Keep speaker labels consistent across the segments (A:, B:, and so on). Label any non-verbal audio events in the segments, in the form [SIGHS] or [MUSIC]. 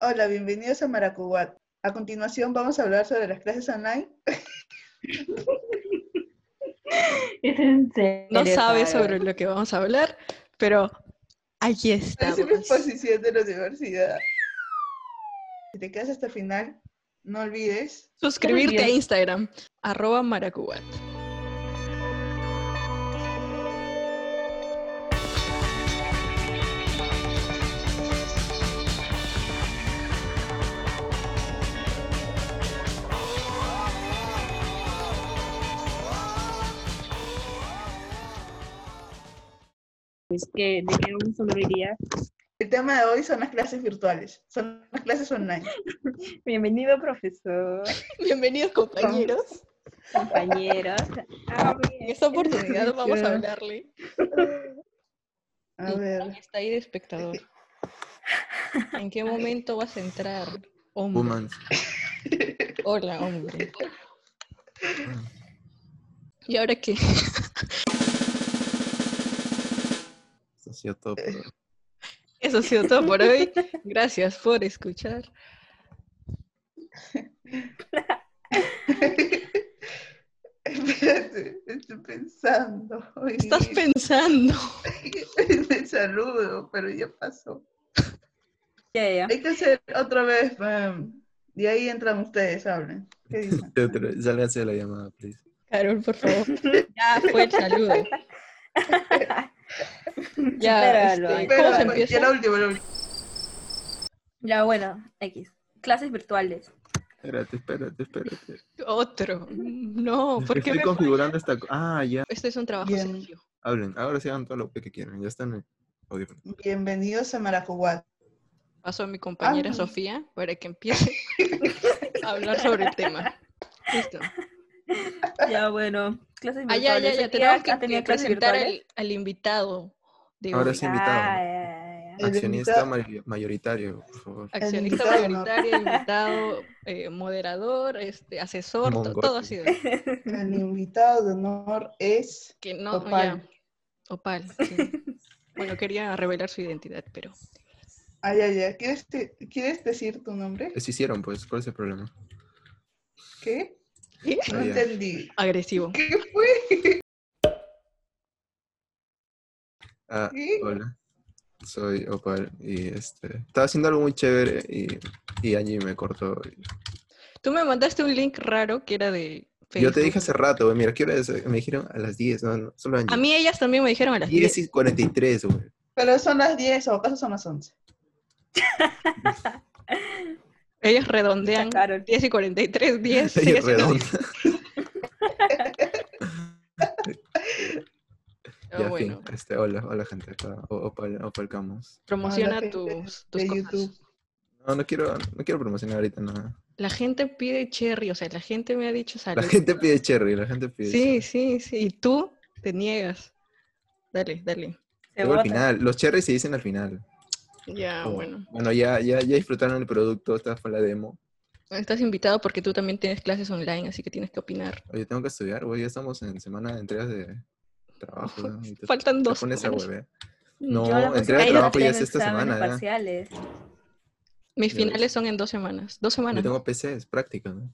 A: Hola, bienvenidos a Maracubat. A continuación vamos a hablar sobre las clases online.
B: Es en serio, Pues
C: No sabe
B: Pablo.
C: sobre lo que vamos a hablar, pero aquí
A: Es
C: estamos.
A: una exposición de la universidad. Si te quedas hasta el final, no olvides
C: Suscribirte a
B: Muy bien.
C: Instagram, arroba maracubat.
B: Pues, ¿qué- ¿De qué vamos a hablar hoy día?
A: El tema de hoy son las clases virtuales, son las clases online.
B: Bienvenido, profesor,
C: Bienvenidos compañeros.
B: compañeros. Ah,
C: En esta oportunidad vamos
A: Gracias.
C: a hablarle.
A: A ver, [LAUGHS]
C: Está ahí de [LAUGHS] espectador. ¿En qué momento vas a entrar, hombre?
D: Woman.
C: Hola, hombre. ¿Y ahora qué?
D: Eso ha sido todo. por hoy.
C: Eso ha sido todo por hoy. Gracias por escuchar.
A: espérate, estoy pensando. Ay, [LAUGHS]
C: Estás pensando.
A: Me saludo, pero ya pasó.
B: Ya, ya.
A: Hay que hacer otra vez, ma'am. y ahí entran ustedes, hablen. ¿Qué dicen?
D: De otro- Sálganse de la llamada, please.
C: Carol, por favor. Ya pues, fue
A: [LAUGHS]
C: el saludo. Ya,
B: Supéralo,
C: este,
B: ay,
C: ¿cómo se
A: Espera, pues, ya
C: empieza?
A: la última, la última.
B: Ya, bueno, X. Clases virtuales.
D: Espérate, espérate, espérate.
C: Otro. No,
D: Es que
C: porque
D: Estoy configurando esta. co- Ah, ya.
C: esto Este es un trabajo
A: Bien.
C: sencillo.
D: Hablen. Ahora sí hagan todo lo que quieran. Ya están en el audífono.
A: Bienvenidos a Maracuat.
C: Paso a mi compañera
A: Ah.
C: Sofía para que empiece a hablar sobre el tema. Listo.
B: Ya, bueno, clases
C: Ah,
B: virtuales.
C: ya, ya, ya.
B: ¿Aquí
C: Tenemos
B: ha-
C: que
B: ha tenido clases
C: presentar
B: virtuales?
C: al, al invitado de
D: Ahora
C: hoy.
D: sí. invitado.
B: Ah, ya, ya, ya.
D: Accionista mari- mayoritario, por favor.
C: Accionista
A: El invitado, ¿no?
C: mayoritario, invitado, eh, moderador, este, asesor, to-
D: Mongote.
C: todo ha sido.
A: [LAUGHS] El invitado de honor es
C: Que no,
A: Opal.
C: ya. Opal. sí. Bueno, quería revelar su identidad, pero
A: Ay, ay, ay. ¿Quieres, te- ¿Quieres decir tu nombre?
D: Les hicieron, pues. ¿Cuál es el problema?
A: ¿Qué?
C: ¿Qué?
A: No
D: Ah, ya.
A: entendí.
C: agresivo.
A: ¿Qué fue?
D: Ah, hola. Soy Opal y este. Estaba haciendo algo muy chévere y, y Angie me cortó.
C: Tú me mandaste un link raro que era de
D: Yo te
C: Facebook.
D: dije hace rato, güey, mira, ¿qué hora es? Me dijeron a las 10, no, no, solo Angie.
C: A mí ellas también me dijeron a las 10.
D: 10 y 43, güey.
A: Pero son las 10 o acaso son las 11.
C: Ellas redondean.
B: Sacaron.
C: 10 y 43,
D: [LAUGHS]
C: 10.
D: Ella
C: sigue
D: es
C: siendo
D: redonda.
C: 10. Pero
D: Ya,
C: Ah, bueno,
D: fin. Este, hola, hola gente acá. O- Opal, Opal Camus.
C: promociona
A: gente
C: tus, tus
A: De
C: cosas.
A: YouTube.
C: [LAUGHS]
D: No, no quiero, no quiero promocionar ahorita nada.
C: La gente pide cherry, o sea, la gente me ha dicho
D: La
C: salud.
D: gente pide cherry, la gente pide
C: Ah, Sí,
D: cherry.
C: sí, sí. Y tú te niegas. Dale, dale.
B: Se
D: Luego al
B: vota.
D: final, los cherry se dicen al final.
C: Ya,
D: Como,
C: Ah, bueno.
D: Bueno, ya, ya, ya disfrutaron el producto, esta fue la demo.
C: Estás invitado porque tú también tienes clases online, así que tienes que opinar.
D: Oye, tengo que estudiar, güey, ya estamos en semana de entregas de
C: [LAUGHS]
D: trabajo. ¿no? Y Ah, te-
C: Faltan
D: te
C: dos.
D: pones a
C: semanas. Mm,
D: hueve.
B: Yo las
D: No,
B: cosas
D: entrega
B: que
D: de
B: yo
D: trabajo ya
B: tengo
D: es esta
B: exámenes
D: semana. ya.
B: parciales.
C: Mis
D: Ya ves.
C: finales son en dos semanas. Dos
D: Yo
C: semanas.
D: tengo PCs, práctica, ¿no?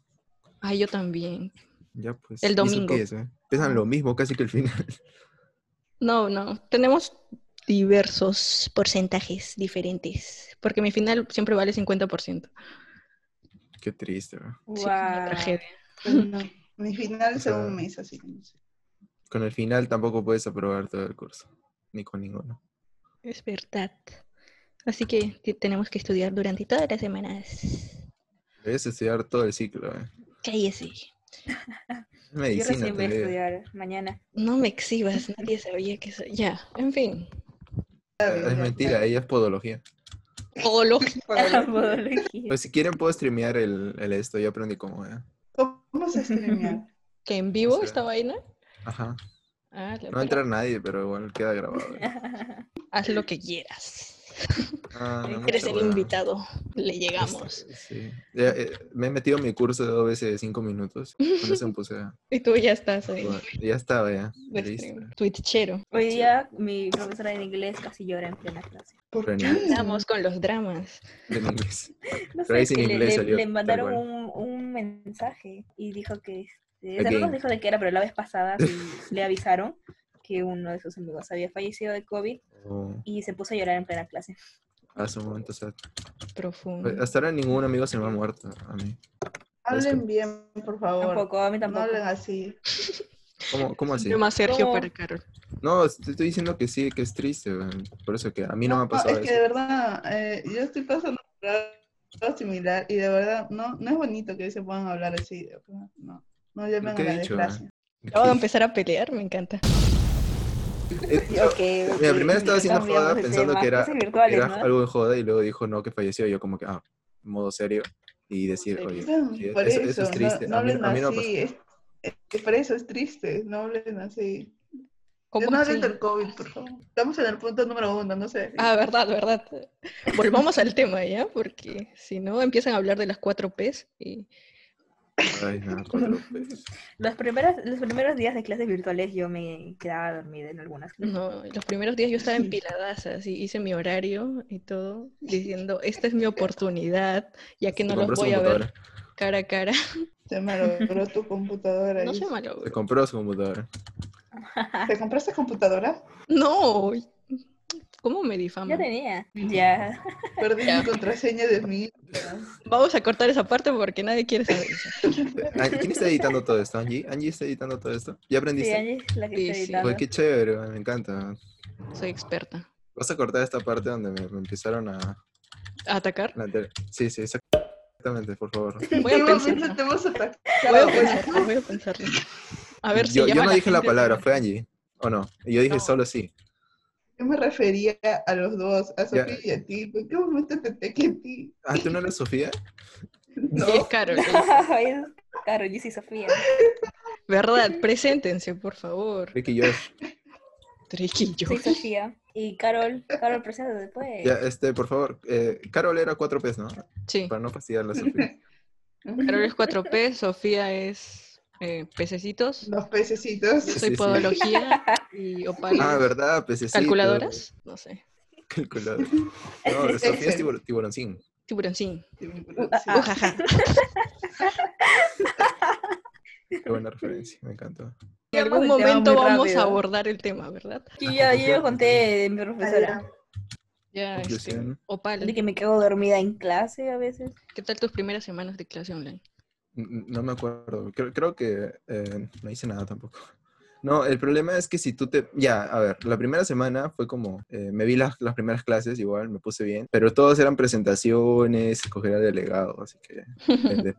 C: Ay, yo también.
D: Ya pues.
C: El
D: ¿y eso
C: domingo.
D: qué es, eh? Pesan lo mismo casi que el final. [LAUGHS]
C: No, no, tenemos diversos porcentajes diferentes, porque mi final siempre vale 50%.
D: Qué triste, güey.
C: Sí, es una
B: Guau.
C: tragedia.
A: Pues, No, Mi final
D: O
A: es en
D: sea- eh,
A: un mes, así que no sé.
D: Con el final tampoco puedes aprobar todo el curso. Ni con ninguno.
C: Es verdad. Así que te- tenemos que estudiar durante todas las semanas.
D: Debes estudiar todo el ciclo, eh.
C: Cállese.
D: Es
B: Yo
D: Medicina,
B: recién voy a
D: te digo.
B: estudiar mañana.
C: No me
D: [LAUGHS]
C: exhibas, nadie sabía que soy. Ya, en fin.
A: Está bien,
D: Es
A: ya.
D: mentira, eh. ella es podología.
C: Podología.
B: Podología.
D: Pues si quieren puedo streamear el, el esto, yo aprendí cómo, eh.
A: ¿Cómo
D: [LAUGHS]
A: se streamea?
C: ¿Que en vivo
D: O sea,
C: esta vaina?
D: Ajá.
C: Ah, la
D: No va
B: [LAUGHS]
C: verdad.
D: a entrar nadie, pero igual queda grabado. eh.
C: Haz lo que quieras.
D: Ah, no,
C: Eres
D: mucha
C: el
D: hueva.
C: invitado. Le llegamos.
D: Este, sí. Ya, eh, me he metido en mi curso de dos veces de cinco
B: [LAUGHS]
D: minutos. Con eso me puse a
C: Y tú ya estás ahí.
D: jugar. Y Ya estaba, ya.
C: Este,
D: Listo.
C: Twitchero.
B: Hoy día mi profesora de inglés casi llora en plena clase.
A: ¿Por
D: Pero
A: qué?
D: ni-
C: Estamos con los dramas.
D: En inglés.
B: No
D: Pero ahí
B: sé,
D: sin
B: que le-
D: inglés
B: le,
D: salió,
B: le
D: tal
B: mandaron
D: cual.
B: un, un mensaje y dijo que... este, o sea,
D: Again.
B: no nos dijo de qué era, pero la vez
D: [LAUGHS]
B: pasada sí le avisaron que uno de sus amigos había fallecido de COVID
D: Oh,
B: y se puso a llorar en plena clase.
D: hace un momento, o sea,
C: Profundo.
B: Mm.
D: Hasta ahora ningún amigo se me ha muerto a mí.
A: Hablen bien, por favor.
B: Tampoco, a mí
A: No
B: tampoco.
A: hablen así.
D: ¿Cómo, cómo así?
C: Tema Sergio
B: No.
C: para Carol.
D: No, te estoy diciendo que sí, que es triste, weón. por eso que a mí no, me ha pasado
A: es que de
D: eso.
A: verdad, eh, yo estoy pasando por algo similar y de verdad no, no es bonito que se puedan hablar así. de verdad, No, no llamen
D: ¿Qué
A: a
D: he
A: la
D: dicho,
A: desgracia.
C: Acabo
D: [LAUGHS]
C: de empezar a pelear, me encanta.
D: Eh,
B: Sí, [LAUGHS] ok,
D: Mira,
B: ok,
D: primero estaba haciendo
B: cambiamos
D: joda
B: de
D: pensando
B: tema.
D: que era,
B: Clases virtuales,
D: era
B: ¿no?
D: algo de joda y luego dijo no, que falleció. Y yo, como que, ah, modo serio. Y decir,
C: serio.
D: eh, oye,
A: Claro,
D: sí,
A: por
D: eso,
A: eso,
D: eso es triste.
A: No, no
D: a, mí,
A: hablen
D: a mí no me
A: así. Es, es- por eso es triste. No hablen así.
C: ¿Cómo
A: no
C: así?
A: hablen del COVID, por favor. Estamos en el punto número uno, no sé.
C: Ah, verdad, verdad. Volvamos al tema ya, porque si no empiezan a hablar de las cuatro P's y
D: pasó. Ay, no, cuatro veces.
B: Los primeros, los primeros días de clases virtuales yo me quedaba dormida en algunas clases.
C: no, los primeros días yo estaba empiladaza, así hice mi horario y todo, diciendo, esta es mi oportunidad, ya que
D: Se
C: no los
D: compró su
C: voy a ver
D: computadora.
C: cara a cara.
A: Se malogró tu computadora.
C: No
A: y-
C: se
D: Se
C: malogró.
D: compró su computadora.
A: ¿Te compraste computadora?
C: No, ¿cómo me
B: Ya
C: difaman?
B: tenía.
D: Mm.
B: Ya.
A: Perdí mi contraseña de mi
C: Vamos a cortar esa parte porque nadie quiere saber eso.
D: Ah, ¿Quién está editando todo esto? ¿Angie? ¿Angie está editando todo esto? ¿Ya
B: Sí,
D: aprendiste?
B: Angie es la que
C: Sí,
B: está
C: sí.
B: editando.
D: Oye, qué chévere, weón, me encanta.
C: Soy experta.
D: Vas a cortar esta parte donde me, me empezaron a,
A: [LAUGHS]
C: ¿A atacar?
D: La anterior. Sí, sí, exactamente, por favor.
C: Voy a
A: momento
C: pensarlo.
A: te vas a atacar.
C: Voy a pensarlo, voy a pensarlo. A ver si
D: yo, yo
C: llama
D: no dije la
C: gente. [LAUGHS]
D: palabra, fue Angie, ¿o no? Y yo dije
C: No.
D: solo sí.
A: Yo me refería a los dos, a
D: Ya.
A: Sofía y a ti. ¿En qué momento te ataqué a ti?
D: Ah, ¿tú no eres Sofía?
A: No.
C: Sí, es Carol.
B: [LAUGHS] Ay, es Caro, yo soy Sofía.
C: ¿Verdad? Preséntense, por favor.
D: Ricky Josh.
C: Triquillo.
B: Soy Sofía. Y Carol, Carol, presenta después.
D: Ya, este, por favor. eh, Carol era 4P, ¿no?
C: Sí.
D: Para no fastidiarla, Sofía.
C: Carol es 4P, Sofía es eh, pececitos.
A: Los pececitos.
C: Yo
D: Sí,
C: soy
D: sí.
B: [LAUGHS]
C: podología y opal.
D: Ah, ¿verdad? Pececito.
C: ¿Calculadoras? No sé.
D: [LAUGHS] Calculadora. No,
C: [LAUGHS]
D: Sofía es tibur- tiburoncín.
C: Tiburoncín.
B: Ah.
C: Ujaja.
D: Qué buena referencia, me encantó.
C: En algún
B: Cambiamos de tema
C: momento
B: muy
C: vamos a
B: rápido.
C: abordar el tema, ¿verdad?
B: Y ya, yo ya conté de mi profesora.
C: Ya, este,
D: Conclusión.
B: De
C: Opal,
B: que me quedo dormida en clase a
A: [LAUGHS]
B: veces.
C: ¿qué tal tus primeras semanas de clase online?
D: N- No me acuerdo. Creo, creo que eh, no hice nada tampoco. [LAUGHS] No, el problema es que si tú te... Ya, a ver, la primera semana fue como, eh, me vi las, las primeras clases igual, me puse bien, pero todos eran presentaciones, escoger al delegado, así que... depende.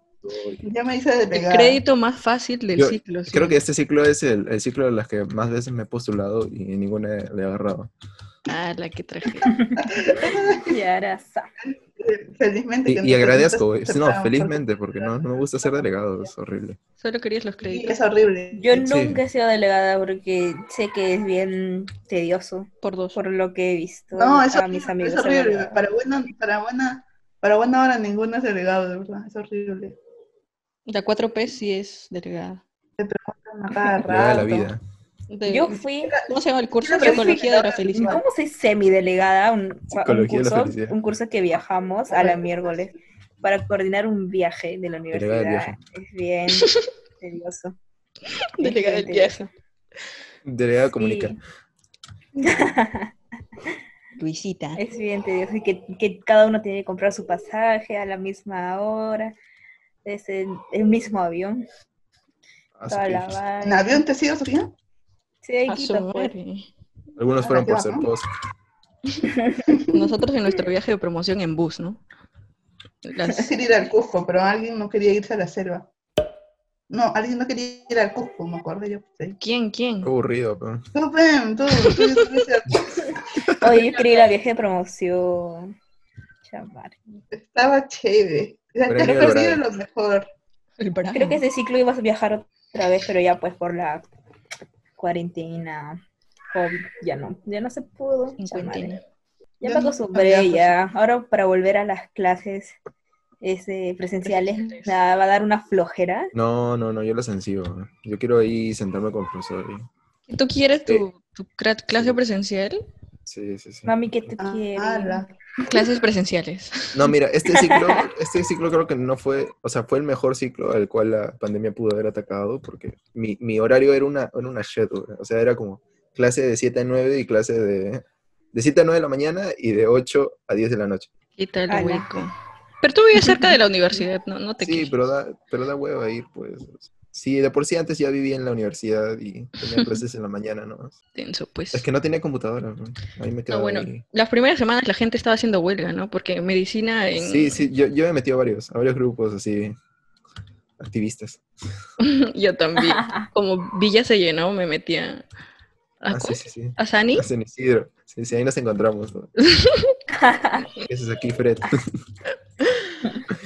A: Ya me hice
C: El
A: delegada.
C: crédito más fácil del
D: Yo
C: ciclo. sí.
D: Creo que este ciclo es el, el ciclo de las que más veces me he postulado y ninguna le he agarrado.
C: Ah, la que
D: [LAUGHS]
C: traje.
B: Y ahora, sa.
A: [LAUGHS] Felizmente.
D: Y,
A: que
D: y
A: nosotros
D: agradezco,
A: te
D: no,
A: aceptamos,
D: felizmente, porque no, no me gusta ser delegado, es horrible.
C: Solo querías los
A: porque- Sí,
C: créditos
A: es horrible.
B: Yo
D: Sí.
B: nunca he sido delegada porque sé que es bien tedioso
C: por dos.
B: por lo que he visto
A: No, es
B: a
A: horrible.
B: mis amigos.
A: es horrible.
B: delegadas.
A: Para buena, para buena, para buena hora ninguno es delegado, de verdad. Es horrible.
C: La 4P sí es delegada.
A: Están a cada
D: [LAUGHS] Le da la
A: rato.
D: vida.
C: De-
B: Yo fui
C: ¿Cómo se llama el curso?
A: Yo creo que
C: Psicología de la
A: sí.
C: felicidad.
B: ¿Cómo soy semidelegada? Un, un,
D: Psicología de la
B: curso,
D: felicidad.
B: un curso que viajamos a la miércoles para coordinar un viaje de la
D: Delegada del
B: universidad.
A: [LAUGHS]
B: Es bien tedioso.
C: Delegada del viaje.
D: Delegado comunica.
B: Sí,
C: Luisita.
B: [LAUGHS] es bien tedioso. Y que, que cada uno tiene que comprar su pasaje a la misma hora. Es el, el mismo avión.
D: Ah,
B: toda la
D: sí.
A: ¿En
B: vaina.
A: avión te sigo, Sofía?
B: Sí, hay
C: A su
B: Quito, pues.
C: madre.
D: Algunos fueron por
A: Ah,
D: ser
A: ¿no?
D: post.
C: Nosotros en nuestro viaje de promoción en bus, ¿no?
A: [LAUGHS] Es
C: Las-
A: decir, ir al Cusco, pero alguien no quería irse a la selva. No, alguien no quería ir al Cusco, me acuerdo yo. pues, Sí.
C: ¿Quién? ¿Quién?
D: Qué Aburrido, pero.
A: Tú, Pem, tú, tú, tú, tú, tú, tú.
B: Oye, yo quería ir a viaje de promoción. Chamar.
A: estaba chévere. O sea,
D: Pero
A: te has
D: ni el
A: perdido
D: horario.
A: lo mejor.
C: El Brian.
B: Creo que ese ciclo ibas a viajar otra vez, pero ya pues por la cuarentena, COVID, ya no, ya no se pudo.
C: En
B: chamare.
C: cuarentena.
B: Ya
A: Yo
B: me
A: no
B: acostumbré,
A: sabía,
B: ya. Ahora para volver a las clases este, presenciales,
C: Presenciales.
B: nada, va a dar una flojera.
D: No, no, no, yo la sencillo. Yo quiero ahí sentarme con el profesor. y-
C: ¿Tú quieres
D: Sí.
C: tu, tu cra- clase presencial?
D: Sí, sí, sí.
B: Mami, ¿qué tú
A: Ah,
B: quieres?
A: ala.
C: Clases presenciales.
D: No, mira, este ciclo, este ciclo creo que no fue, o sea, fue el mejor ciclo al cual la pandemia pudo haber atacado, porque mi, mi horario era una, era una shit, güey. o sea, era como clase de 7 a 9 y clase de, de 7 a 9 de la mañana y de 8 a 10 de la noche.
C: Quita el
B: Ala.
C: hueco. Pero tú vives cerca de la universidad, ¿no? No te
D: Sí,
C: quejes.
D: pero da, pero da hueva ir, pues. Sí, de por sí antes ya vivía en la universidad y tenía clases en la mañana, ¿no?
C: Tenso, pues.
D: Es que no tenía computadora, güey. ahí me
C: No,
D: quedaba.
C: Ah, bueno,
D: ahí.
C: las primeras semanas la gente estaba haciendo huelga, ¿no? Porque medicina en...
D: Sí, sí, yo, yo me metí a varios, a varios grupos así, activistas.
C: [LAUGHS]
B: [LAUGHS]
C: Yo también. Como Villa se llenó, me metía a...
D: Ah, sí,
C: ¿cuál?
D: sí, sí.
C: ¿A Sani?
D: A San Isidro. Sí, sí, ahí nos
C: [LAUGHS]
D: encontramos. ¿no? Eso es aquí, Fred.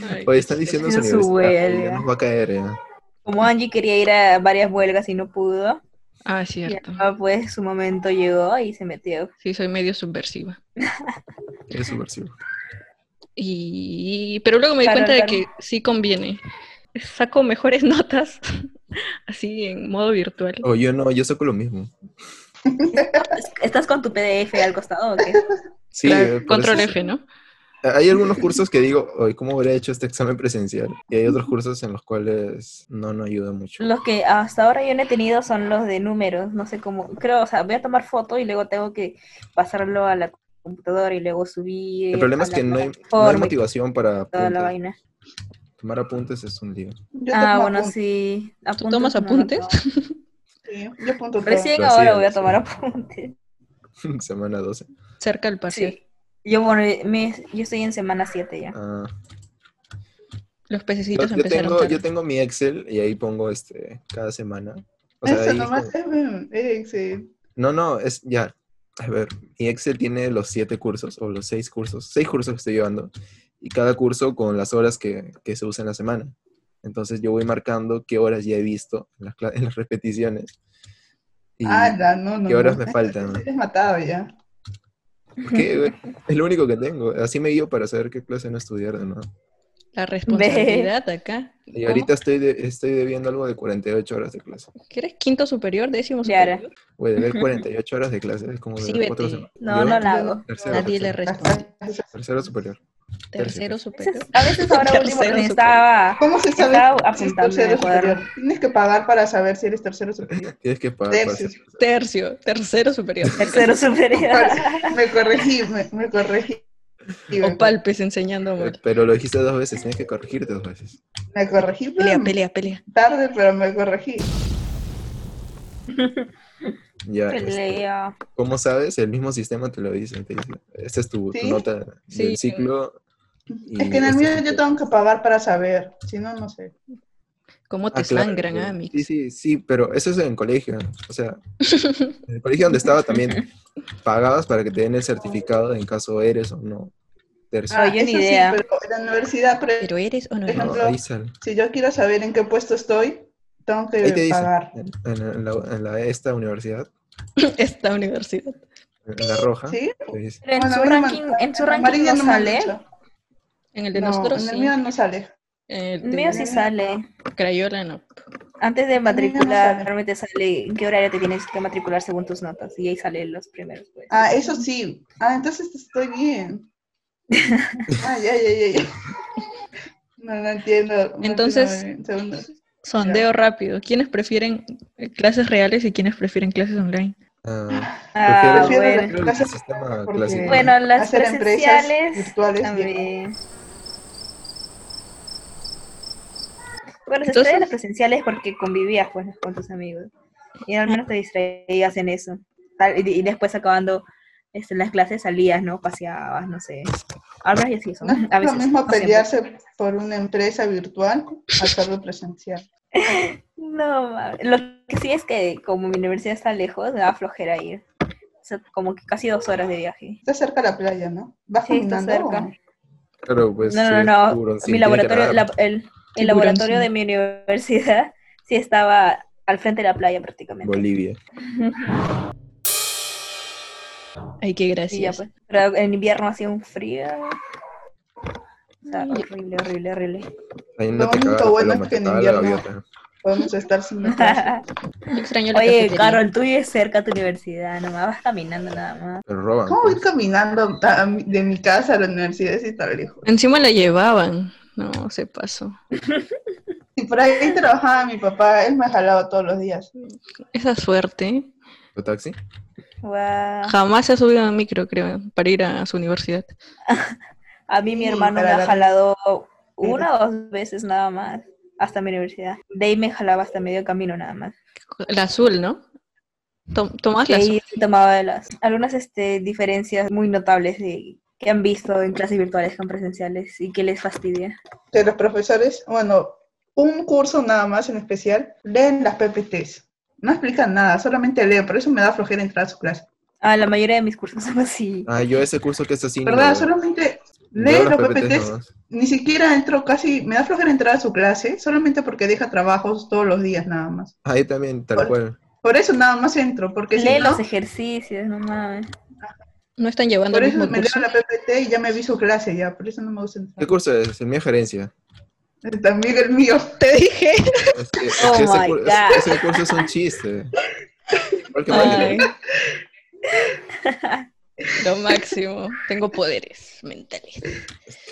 C: Ay,
D: [LAUGHS] Oye, están diciendo en su
B: Tiene su
D: universidad. oye,
B: huelga.
D: Ya nos va a caer, ya.
B: [LAUGHS] Como Angie quería ir a varias huelgas y no pudo,
C: Ah,
B: y
C: cierto.
B: ahora, pues su momento llegó y se metió.
C: Sí, soy medio subversiva.
D: Es subversivo.
C: Y... Pero luego me di
B: Claro,
C: cuenta de que
B: claro.
C: sí conviene. Saco mejores [LAUGHS] notas así en modo virtual.
D: O Oh, yo no, yo saco lo mismo.
B: ¿Estás con tu PDF al costado o qué?
D: Sí,
C: Claro,
D: eh, por
C: control
D: eso-
C: F, ¿no?
D: Hay algunos cursos que digo, hoy ¿cómo hubiera hecho este examen presencial? Y hay otros cursos en los cuales no, no ayuda mucho.
C: Mm,
B: Los que hasta ahora yo no he tenido son los de números, no sé cómo, creo, o sea, voy a tomar foto y luego tengo que pasarlo a la computadora y luego subir.
D: El problema
B: a
D: es
B: la
D: que no hay, no hay
B: plataforma y
D: motivación para
B: Toda la
D: apuntes.
B: vaina.
D: tomar apuntes es un lío. [LAUGHS]
A: Yo
B: Ah,
A: tomo
B: bueno,
A: apuntes,
B: sí.
C: ¿Tú tomas apuntes? [LAUGHS]
A: sí, Yo apunto todo.
B: Recién
D: Lo
B: ahora
D: hacía,
B: voy a
D: sí.
B: tomar apuntes.
D: Semana 12.
C: Cerca al parcial.
B: Sí. Yo, bueno, me- yo estoy en semana 7 ya.
D: Ah,
C: Los
D: yo,
C: pececitos
D: yo
C: empezaron
D: tengo,
C: tarde.
D: yo tengo mi Excel y ahí pongo este cada semana. O sea,
A: Eso
D: ahí
A: nomás
D: como-
A: es mm, Excel.
D: No, no, es ya. A ver, mi Excel tiene los siete cursos o los seis cursos, seis cursos que estoy llevando y cada curso con las horas que, que se usan en la semana. Entonces yo voy marcando qué horas ya he visto en las, cla- en las repeticiones. Y,
C: Ah,
A: Ala, Ah, no, no.
D: ¿Qué horas
A: no.
D: me faltan?
A: Eres matado ya.
D: ¿por qué, güey? es lo único que tengo. Así me guío para saber qué clase no estudiar de nuevo.
C: La responsabilidad acá.
D: Y
C: ¿Cómo?
D: ahorita estoy, de- estoy debiendo algo de 48 horas de clase.
C: ¿Quieres quinto superior, décimo
B: Yara.
C: superior?
D: Voy a deber 48 horas de clase. Es como de
C: Sí,
D: cuatro
C: vete.
D: semanas.
B: No,
D: Yo,
B: no la hago.
D: Tercero,
C: Nadie le
D: tercero,
C: responde.
D: tercero superior.
C: Tercero
B: A veces-
C: superior.
B: A veces
D: [LAUGHS]
B: ahora último
C: Tercero
B: me
C: superior.
B: estaba...
A: ¿Cómo se sabe
B: Estaba
A: si es
B: apuntando en
A: tercero
B: el cuaderno.
A: superior? Tienes que pagar para saber si eres tercero superior.
B: [LAUGHS]
D: Tienes que pagar. para
A: Tercio.
D: ser-
C: Tercio, tercero superior.
B: Tercero
D: [LAUGHS]
B: superior.
A: me corregí, me, me corregí.
C: O palpes enseñando mal.
D: eh, Pero lo dijiste dos veces, tienes que corregirte dos veces.
A: Me corregí,
C: Pelea,
A: pero
C: pelea, pelea.
A: tarde, pero me corregí.
D: Ya, este,
B: Pelea.
D: como sabes, el mismo sistema te lo dice. te dice, esta es tu, tu
A: Sí.
D: nota
C: Sí.
D: del ciclo. y
A: es que en el
D: este
A: mío
D: es tu-
A: yo tengo que pagar para saber, si no, no sé.
C: ¿Cómo te
D: Ah, claro,
C: sangran,
D: claro.
C: Ami?
D: Sí, sí, sí, pero eso es en colegio. O
C: [LAUGHS]
D: sea, en el colegio donde estaba también pagabas para que te den el certificado en caso eres o no. Tercio.
B: Ah, yo ni
A: eso
B: idea.
A: Sí, pero en la universidad, pero
C: ¿Pero eres o no
A: por
D: No,
C: eres?
A: ejemplo,
D: ahí sale.
A: si yo quiero saber en qué puesto estoy, tengo que
D: Ahí te dice.
A: pagar.
D: En, en la, en la- esta universidad,
C: [LAUGHS] Esta universidad.
D: en la roja,
A: ¿Sí?
D: te dice.
B: Pero en
A: Bueno, a
B: su
A: mí no me-
B: ranking, en su
A: en
B: ranking
A: amarillo
B: no,
A: me han
B: sale.
A: dicho.
C: En el de
A: No,
C: nosotros
A: en el
C: sí.
A: mío no sale.
C: El
B: El
C: de
B: mío sí sale.
C: Crayola no.
B: Antes de
A: no sale.
B: matricular, realmente sale en qué horario te tienes que matricular según tus notas. Y ahí salen los primeros. Pues.
A: Ah, eso sí. Ah, entonces estoy
B: [LAUGHS]
A: bien. Ah, ya, ya, ya, ya. No, no entiendo. no entiendo
C: Entonces-
A: muy bien. Segundo.
D: Ah,
C: Sondeo rápido. ¿Quiénes prefieren eh, clases reales y quiénes prefieren clases online?
D: Ah,
B: Ah,
A: Prefiero
D: prefiero-
B: bueno.
A: las
D: prefiero el
A: clases
D: sistema
A: porque-
D: clásico.
B: Bueno, las
A: Hacer empresas
B: presenciales
A: virtuales.
B: también. Bueno, se
C: Entonces-
B: extraen las presenciales porque convivías pues, con tus amigos. Y al menos te distraías en eso. Tal- Y, y después acabando este, las clases salías, ¿no? Paseabas, no sé. Ahora ya sí eso.
A: No es
B: A veces,
A: lo mismo
B: no siempre.
A: pelearse por una empresa virtual a hacerlo presencial.
B: No, mames. lo que sí es que como mi universidad está lejos, me da flojera ir. O sea, como que casi dos horas de viaje.
A: Está cerca la playa, ¿no? ¿Vas
B: Sí, está
A: caminando
B: cerca.
A: o-
D: Claro, pues.
B: no,
D: sí,
B: no,
D: es
B: no.
D: tiburón, sí,
B: mi
D: tiene que
B: laboratorio,
D: nadar.
B: la- el, el
C: Tiburón,
B: laboratorio
C: sí.
B: de mi universidad [LAUGHS] sí estaba al frente de la playa prácticamente.
D: Bolivia.
C: Ay, qué
B: Y ya,
C: gracias.
B: pues. Pero en invierno hacía un frío. O sea, horrible, horrible, horrible.
D: Ahí no
A: Lo
D: te
A: único
D: cagaba,
A: bueno
D: lo
A: es que en
D: mataba la
A: invierno-
D: gaviota.
A: Podemos estar sin la
B: [LAUGHS]
A: clase.
C: Yo extraño la
B: Oye,
C: cafetería.
B: Carol, tú vives cerca a tu universidad, nomás vas caminando nada más.
D: Pero roban.
A: ¿Cómo
D: pues.
A: ir caminando a- a mi- de mi casa a la universidad si tan lejos?
C: Encima la llevaban. No, se pasó.
A: Y por ahí trabajaba mi papá, él me jalaba todos los días.
C: Esa suerte.
D: ¿Tu taxi?
B: Guau.
C: Jamás se ha subido a un micro, creo, para ir a su universidad.
B: A mí mi
A: Sí,
B: hermano me
A: para
B: ha
A: la-
B: jalado una o dos veces nada más hasta mi universidad. De ahí me jalaba hasta medio camino nada más.
C: La azul, ¿no? Tom- Tomás
B: Y
C: la
B: ahí
C: azul.
B: tomaba de las algunas este, diferencias muy notables de, que han visto en clases virtuales con presenciales y que les fastidia.
A: Que los profesores, bueno, un curso nada más en especial, leen las PPTs. No explican nada, solamente leen, por eso me da flojera entrar a su clase.
B: Ah, la mayoría de mis cursos son así.
D: Ah, yo ese curso que es así. no
A: ¿Verdad?
D: lo-
A: Solamente
D: yo
A: lee
D: las
A: los
D: PPTs
A: PPTs.
D: nomás.
A: Ni siquiera entro casi, me da flojera entrar a su clase, solamente porque deja trabajos todos los días nada más.
D: Ahí también, tal
A: Por-
D: cual.
A: Por eso nada más entro, porque
B: Lee
A: si no,
B: los ejercicios, no mames.
C: No están llevando
A: por
C: el
A: eso
C: mismo
A: me leo
C: curso.
A: la PPT y ya me vi su clase ya, por eso no me gusta
D: ¿Qué
A: entrar.
D: curso es? En mi gerencia.
A: También el
C: [LAUGHS]
A: mío. Te dije.
D: Es que- es
B: Oh
D: que ese,
B: my
D: cur-
B: God.
D: ese- ese curso es un chiste. Igual que
C: Ay,
D: Mario.
C: [LAUGHS] lo máximo. Tengo poderes mentales.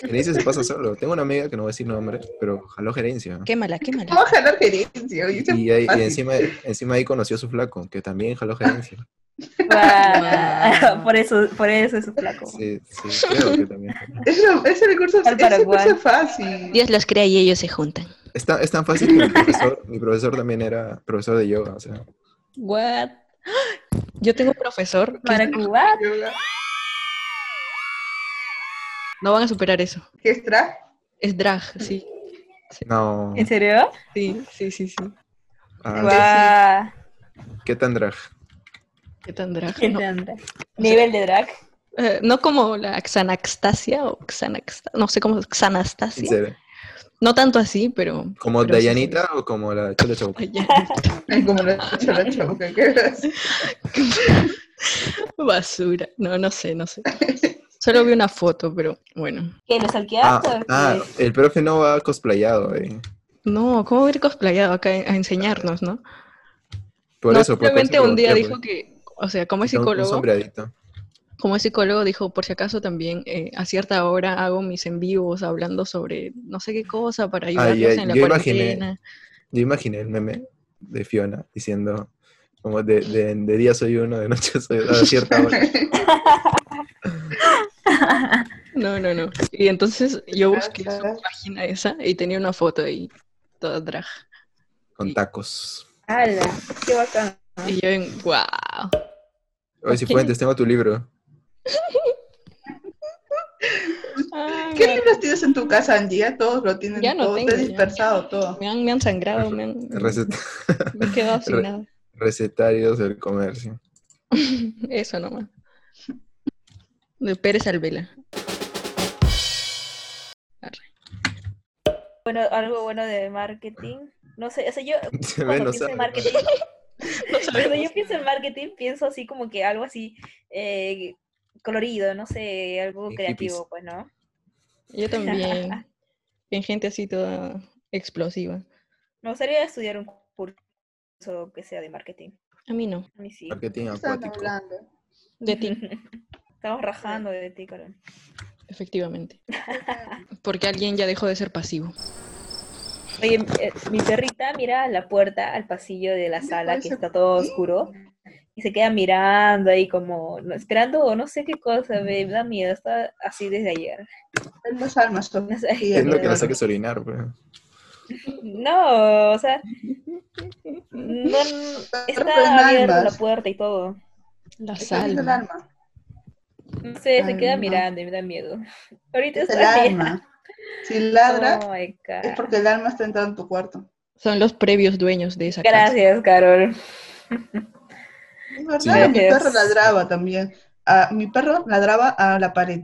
D: Gerencia se pasa solo. Tengo una amiga que no voy a decir nombre, pero jaló gerencia.
C: Quémala, quémala.
A: Vamos a jalar gerencia. oye,
D: Y, ahí- y
A: fácil.
D: encima, encima ahí conoció a su flaco, que también jaló gerencia.
B: Guau. [LAUGHS] por eso, por eso es un
A: Oh.
B: flaco.
D: Sí, sí, creo que también.
A: Eso, ese recurso
B: Al
A: ese
B: Paraguay.
A: curso es fácil.
C: Dios los crea y ellos se juntan.
D: Es tan, es tan fácil que mi profesor, mi profesor también era profesor de yoga. O sea,
C: What? [GASPS] Yo tengo un profesor. que-
B: Para Cuba,
C: No van a superar eso.
A: ¿Qué extra?
C: Es drag, sí.
D: no.
B: ¿en serio?
C: Sí, sí, sí, sí.
D: Ah,
B: Guau.
D: ¿Qué tan drag?
C: ¿Qué tan drag?
B: ¿Qué
C: No,
B: tanta? Nivel de drag.
C: eh, no como la Xanaxtasia o Xanaxta, no sé cómo
D: ¿En
C: Xanastasia.
D: serio?
C: No tanto así, pero.
D: ¿Como
C: pero sí, Pues, sí.
D: Dayanita o como la Chola Chauca?
C: Ay, ya.
A: Ay, como lo ha hecho la chauca, ¿qué gracioso.
C: [LAUGHS] Basura. No, no sé, no sé. Solo vi una foto, pero bueno.
B: ¿Qué, los
D: Ah,
B: alqueados?
D: ah,
C: pues.
D: el profe no va cosplayado. eh.
C: No, ¿cómo ir cosplayado acá a enseñarnos, no?
D: Por
C: no,
D: eso, por
C: simplemente
D: eso
C: un día
D: pregunté,
C: dijo
D: pues.
C: que, o sea, como es
D: Un- Un
C: psicólogo,
D: sombreadito.
C: como es psicólogo dijo, por si acaso también eh, a cierta hora hago mis en vivos hablando sobre no sé qué cosa para ayudarlos
D: ay,
C: en la
D: yo imaginé.
C: cuarentena.
D: Yo imaginé el meme de Fiona diciendo, como de, de- de día soy uno, de noche soy otro, a cierta hora.
C: No, no, no. Y entonces yo busqué su
A: Gracias.
C: página esa y tenía una foto ahí, toda drag.
D: Con tacos.
B: ¡Hala! ¡Qué bacán!
C: Y yo en, wow.
D: Oye, si fuentes, tengo tu libro.
A: ¿Qué libros tienes en tu casa, Angie? Ya todos lo tienen,
C: Ya no
A: todo
C: tengo,
A: está
C: ya.
A: dispersado todo.
C: Me han, me han sangrado, me han
D: Recet-
C: me he quedado sin
D: Re-
C: nada.
D: [LAUGHS] recetarios del comercio. [LAUGHS]
C: Eso nomás. De Pérez Alvela.
B: Bueno, algo bueno de marketing. No sé, o sea, yo
D: Se ve,
B: cuando
D: no
B: pienso
D: sabe.
B: en marketing,
A: [LAUGHS]
B: cuando yo pienso en marketing, pienso así como que algo así eh, colorido, no sé, algo
D: Bien
B: creativo,
D: hippies.
B: pues, ¿no?
A: [LAUGHS]
C: Yo también. En gente así toda explosiva.
B: Me gustaría estudiar un curso que sea de marketing.
C: A mí no.
B: A mí sí.
D: Marketing
A: Están
D: acuático.
A: hablando.
C: De ti,
B: Estamos rajando de ti, Carol.
A: [LAUGHS]
C: efectivamente. Porque alguien ya dejó de ser pasivo.
B: Oye, eh, mi perrita mira a la puerta, al pasillo de la
A: Me
B: sala, que
A: parece
B: está todo oscuro, y se queda mirando ahí como, no, esperando o no sé qué cosa, me da miedo, está así desde ayer.
A: Ven Las almas son.
B: No, sé,
A: Sí,
D: Es lo que
A: Mierda.
D: la saques a orinar, pero
B: no,
A: [LAUGHS]
B: o sea, no,
A: en
B: está abierta la
A: almas.
B: puerta y todo.
C: La
A: Está viendo el
C: salva.
A: alma.
B: No sé, se queda
A: Alma.
B: mirando y me da miedo. [LAUGHS] Ahorita
A: Es
B: está
A: el alma. Si ladra,
B: Oh my
A: es
B: God.
A: porque el alma está entrando en tu cuarto.
C: Son los previos dueños de esa casa.
B: Gracias, Carol.
A: Es verdad,
D: Sí.
A: mi
B: Gracias.
A: perro ladraba también. Ah, mi perro ladraba a la pared.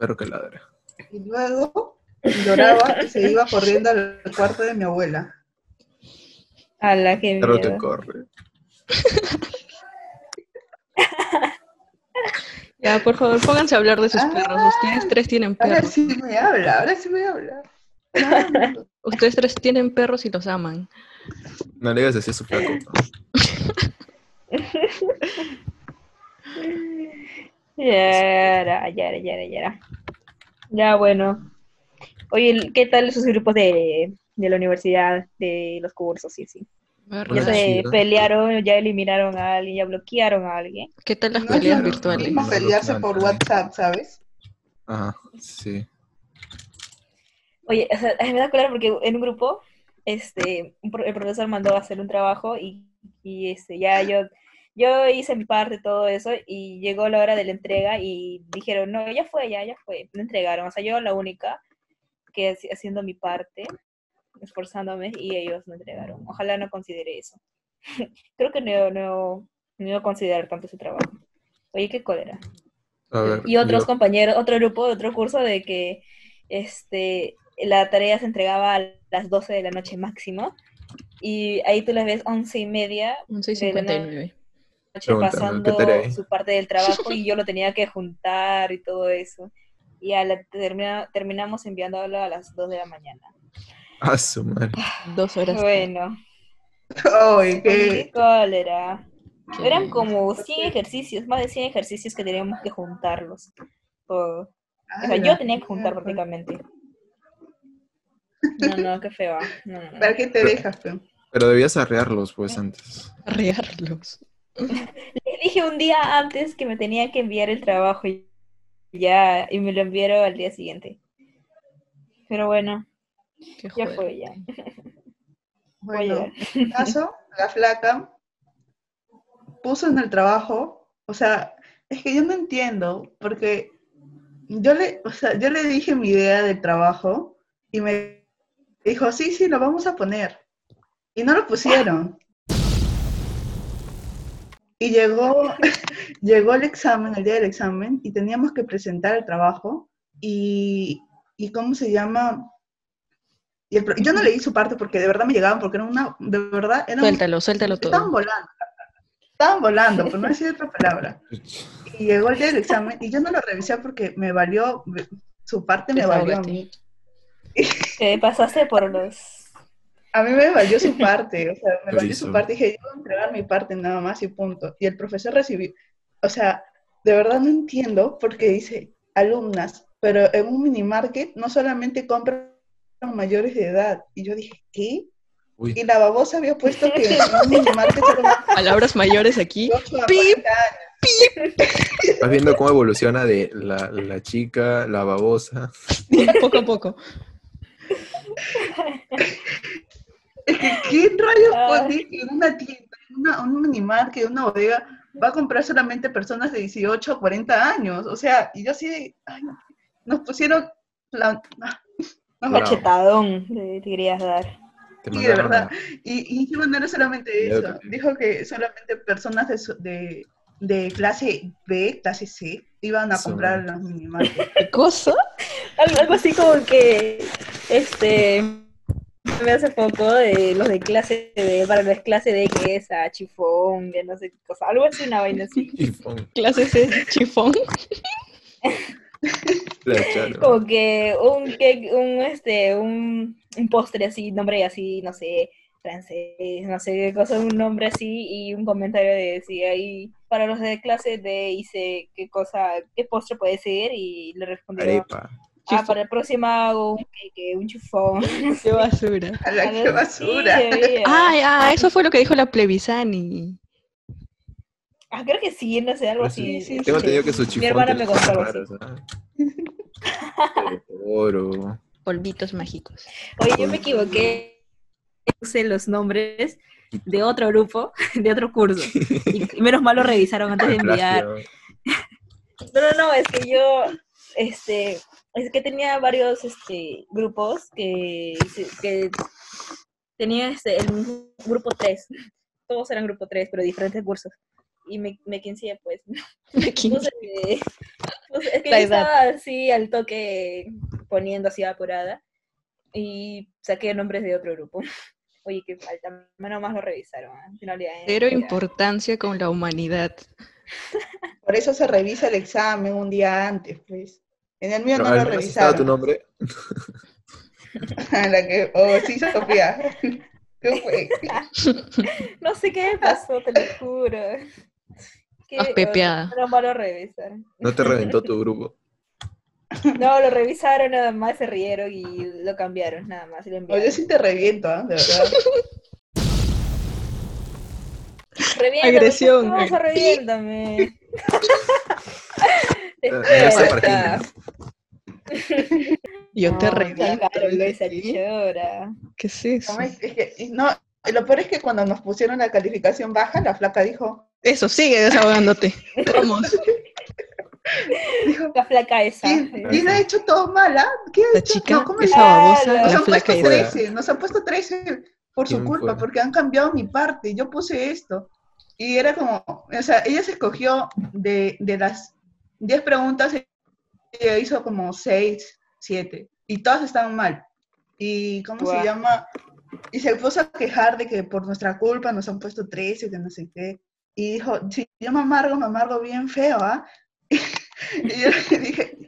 D: Perro que ladra.
A: Y luego lloraba y se iba corriendo al cuarto de mi abuela.
B: Ala, qué
D: Perro que
B: miedo.
D: corre.
C: Ya, por favor, pónganse a hablar de sus perros.
A: Ah,
C: Ustedes tres tienen
A: Ahora
C: perros.
A: sí me habla, ahora sí me habla. Claro.
C: Ustedes tres tienen perros y los aman.
D: No le digas así a su flaco.
B: Yara, yara, yara, yara. Ya, bueno. Oye, ¿qué tal sus grupos de, de la universidad, de los cursos? Sí, sí. Ya
D: Hola,
B: se
D: chica.
B: pelearon, ya eliminaron a alguien, ya bloquearon a alguien.
C: ¿Qué tal las
A: No,
C: peleas
A: no, no.
C: virtuales?
A: Mismo pelearse por WhatsApp, ¿sabes? [LAUGHS]
D: Ajá, sí.
B: Oye, o sea, [LAUGHS] ay, me da claro porque en un grupo, este, un pro- el profesor mandó a hacer un trabajo y, y, este, ya yo, yo hice mi parte, todo eso, y llegó la hora de la entrega y dijeron, no, ya fue, ya, ya fue, me entregaron. O sea, yo la única que haci- haciendo mi parte, esforzándome, y ellos me entregaron. Ojalá no considere eso. [LAUGHS] Creo que no, no, no iba a considerar tanto su trabajo. Oye, qué cólera.
D: A ver,
B: Y otros
D: yo-
B: compañeros, otro grupo, otro curso de que este, la tarea se entregaba a las 12 de la noche máximo. Y ahí tú las ves 11 y media
C: Once y cincuenta y nueve.
B: noche
D: Pregúntame, ¿qué tarea
B: pasando
D: hay?
B: su parte del trabajo y yo lo tenía que juntar y todo eso. Y a la, termina- terminamos enviándolo a las 2 de la mañana.
D: [LAUGHS] Ah, su madre.
C: Dos horas.
B: Bueno,
A: Ay,
B: qué
A: qué.
B: cólera.
C: Qué
B: Eran
C: bueno.
B: como 100 ejercicios, más de 100 ejercicios que teníamos que juntarlos. Todo. O sea, yo tenía que juntar prácticamente. No, no, qué feo. No, no, no.
A: ¿Para qué te dejas, pe?
D: Pero debías arrearlos, pues,
B: Ah.
D: antes.
C: Arrearlos.
B: Les dije un día antes que me tenía que enviar el trabajo y ya, y me lo enviaron al día siguiente. Pero bueno,
C: Qué
B: ya
C: joder.
B: fue, ya. Voy a
A: Bueno,
B: llegar.
A: en caso, la flaca puso en el trabajo, o sea, es que yo no entiendo, porque yo le, o sea, yo le dije mi idea del trabajo y me dijo, sí, sí, lo vamos a poner. Y no lo pusieron. Y llegó, [LAUGHS] llegó el examen, el día del examen, y teníamos que presentar el trabajo y, y ¿cómo se llama? Y el pro- yo no leí su parte porque de verdad me llegaban, porque era una, de verdad, era un-
C: Suéltalo, suéltalo
A: Estaban
C: todo.
A: volando. Estaban volando,
C: [LAUGHS]
A: por no decir otra palabra. Y llegó el día del examen y yo no lo revisé porque me valió, su parte me valió a
C: Desahógate.
A: mí.
B: Te pasaste por los...
A: A mí me valió su parte, o sea, me valió
D: Chorizo.
A: su parte. Dije, yo voy a entregar mi parte nada más y punto. Y el profesor recibió, o sea, de verdad no entiendo porque dice, alumnas, pero en un minimarket no solamente compran mayores de edad. Y yo dije, ¿qué? Y
D: Uy,
A: la babosa había puesto que en un minimarket solo van
C: [LAUGHS] Palabras mayores aquí. [LAUGHS]
A: 18 a
C: Pip.
A: 40 años.
D: estás viendo cómo evoluciona de la, la chica, la babosa.
C: Poco a poco.
A: [LAUGHS] ¿Qué rayos
B: Ah.
A: pone que en una tienda, en una, un minimarket, en una bodega, va a comprar solamente personas de 18 a 40 años? O sea, y yo así de, ay, no. nos pusieron la... nos
D: Bravo.
B: Cachetadón, le querías dar.
D: Te
A: Sí, de
D: mandaron
A: verdad.
D: a-
A: Y, y Jimmy no era solamente
D: Ya,
A: eso.
D: ok.
A: Dijo que solamente personas de, su- de, de clase B, clase C, iban a
D: Sí.
A: comprar los minimarkets.
C: ¿Qué cosa?
B: Algo, algo así como que, este, me hace poco de los de clase D, para los de clase D que es a chifón, que no sé qué cosa, algo así, una vaina así.
D: Y pum,
C: Clases de [LAUGHS] chifón.
D: la echaron.
B: Como que un cake, un este, un, un postre así, nombre así, no sé, francés, no sé qué cosa, un nombre así y un comentario de decir ahí para los de clase de hice qué cosa, qué postre puede ser y le respondieron,
D: Arepa.
B: ah, para el próximo hago un cake, un chufón.
C: Qué basura.
B: [LAUGHS]
A: A la que basura.
B: Sí, oye.
C: Ay, ah, eso fue lo que dijo la plebisani.
B: Ah, creo que sí, no sé, algo
D: Pero
B: así.
D: sí,
C: sí,
D: Tengo
C: sí.
D: entendido que su
B: Mi
D: chifón
B: hermana me
D: tiene cosas
B: contó algo
D: raras. ¿ah? Oro.
A: [LAUGHS]
C: Polvitos mágicos.
B: Oye, yo me equivoqué, puse los nombres de otro grupo, [LAUGHS] de otro curso. Y menos mal lo revisaron antes de enviar.
D: plagio.
B: No, no, no, es que yo, este, es que tenía varios, este, grupos que, que tenía, este, el mismo grupo 3. Todos eran grupo 3, pero diferentes cursos. Y me, me quinceé, pues. Entonces, eh, entonces, es que yo
C: La edad.
B: estaba así al toque poniendo así apurada y saqué nombres de otro grupo. [LAUGHS] Oye, qué falta, menos más lo revisaron. ¿eh? En realidad, eh,
C: Cero
B: era-
C: importancia con la humanidad.
A: Por eso se revisa el examen un día antes, pues. En el mío
D: Pero
A: no
D: al
A: lo
D: menos estaba
A: revisaron.
D: tu nombre.
A: [LAUGHS] A la que, oh, sí, Sofía. [LAUGHS] ¿Qué fue?
B: No sé qué me pasó, te lo
C: [LAUGHS]
B: juro. Que,
C: Estás pepeada.
B: No, no lo revisaron. [LAUGHS]
D: No te reventó tu grupo.
B: No, lo revisaron, nada más se rieron y lo cambiaron, nada más. y lo
A: Oh, yo
B: [LAUGHS] enviaron.
A: sí te reviento, ¿ah? de verdad.
B: Reviéntame,
C: Agresión.
B: ¿por qué vas a
C: [LAUGHS]
B: reviéntame?
D: Eh, no sé para
B: Despierta.
D: quién.
C: Yo te
A: No,
C: reviento.
B: Claro, Luisa
C: ¿Qué
B: llora.
C: ¿Qué es eso?
A: No, es- es que- y no, y lo peor es que cuando nos pusieron la calificación baja, la flaca dijo,
C: Eso, sigue
A: [LAUGHS]
C: desahogándote. Vamos.
A: dijo
B: La flaca esa.
A: ¿quién,
B: sí.
A: quién ha hecho todo mal, ah? ¿Quién ha
C: La
A: hecho?
C: chica,
A: No, ¿cómo
C: esa
A: es?
C: babosa,
B: Claro.
A: Nos
C: la
A: han
C: flaca
A: puesto
D: esa.
C: esa.
A: 13, nos han puesto 13 por su
D: ¿Quién
A: culpa,
D: fue?
A: porque han cambiado mi parte, yo puse esto. Y era como, o sea, ella se escogió de, de las 10 preguntas, ella hizo como 6, 7, y todas estaban mal. ¿Y cómo
B: Guau.
A: se llama? Y se puso a quejar de que por nuestra culpa nos han puesto 13, que no sé qué. Y dijo, si yo me amargo, me amargo bien feo, ¿ah? [LAUGHS] Y yo le dije,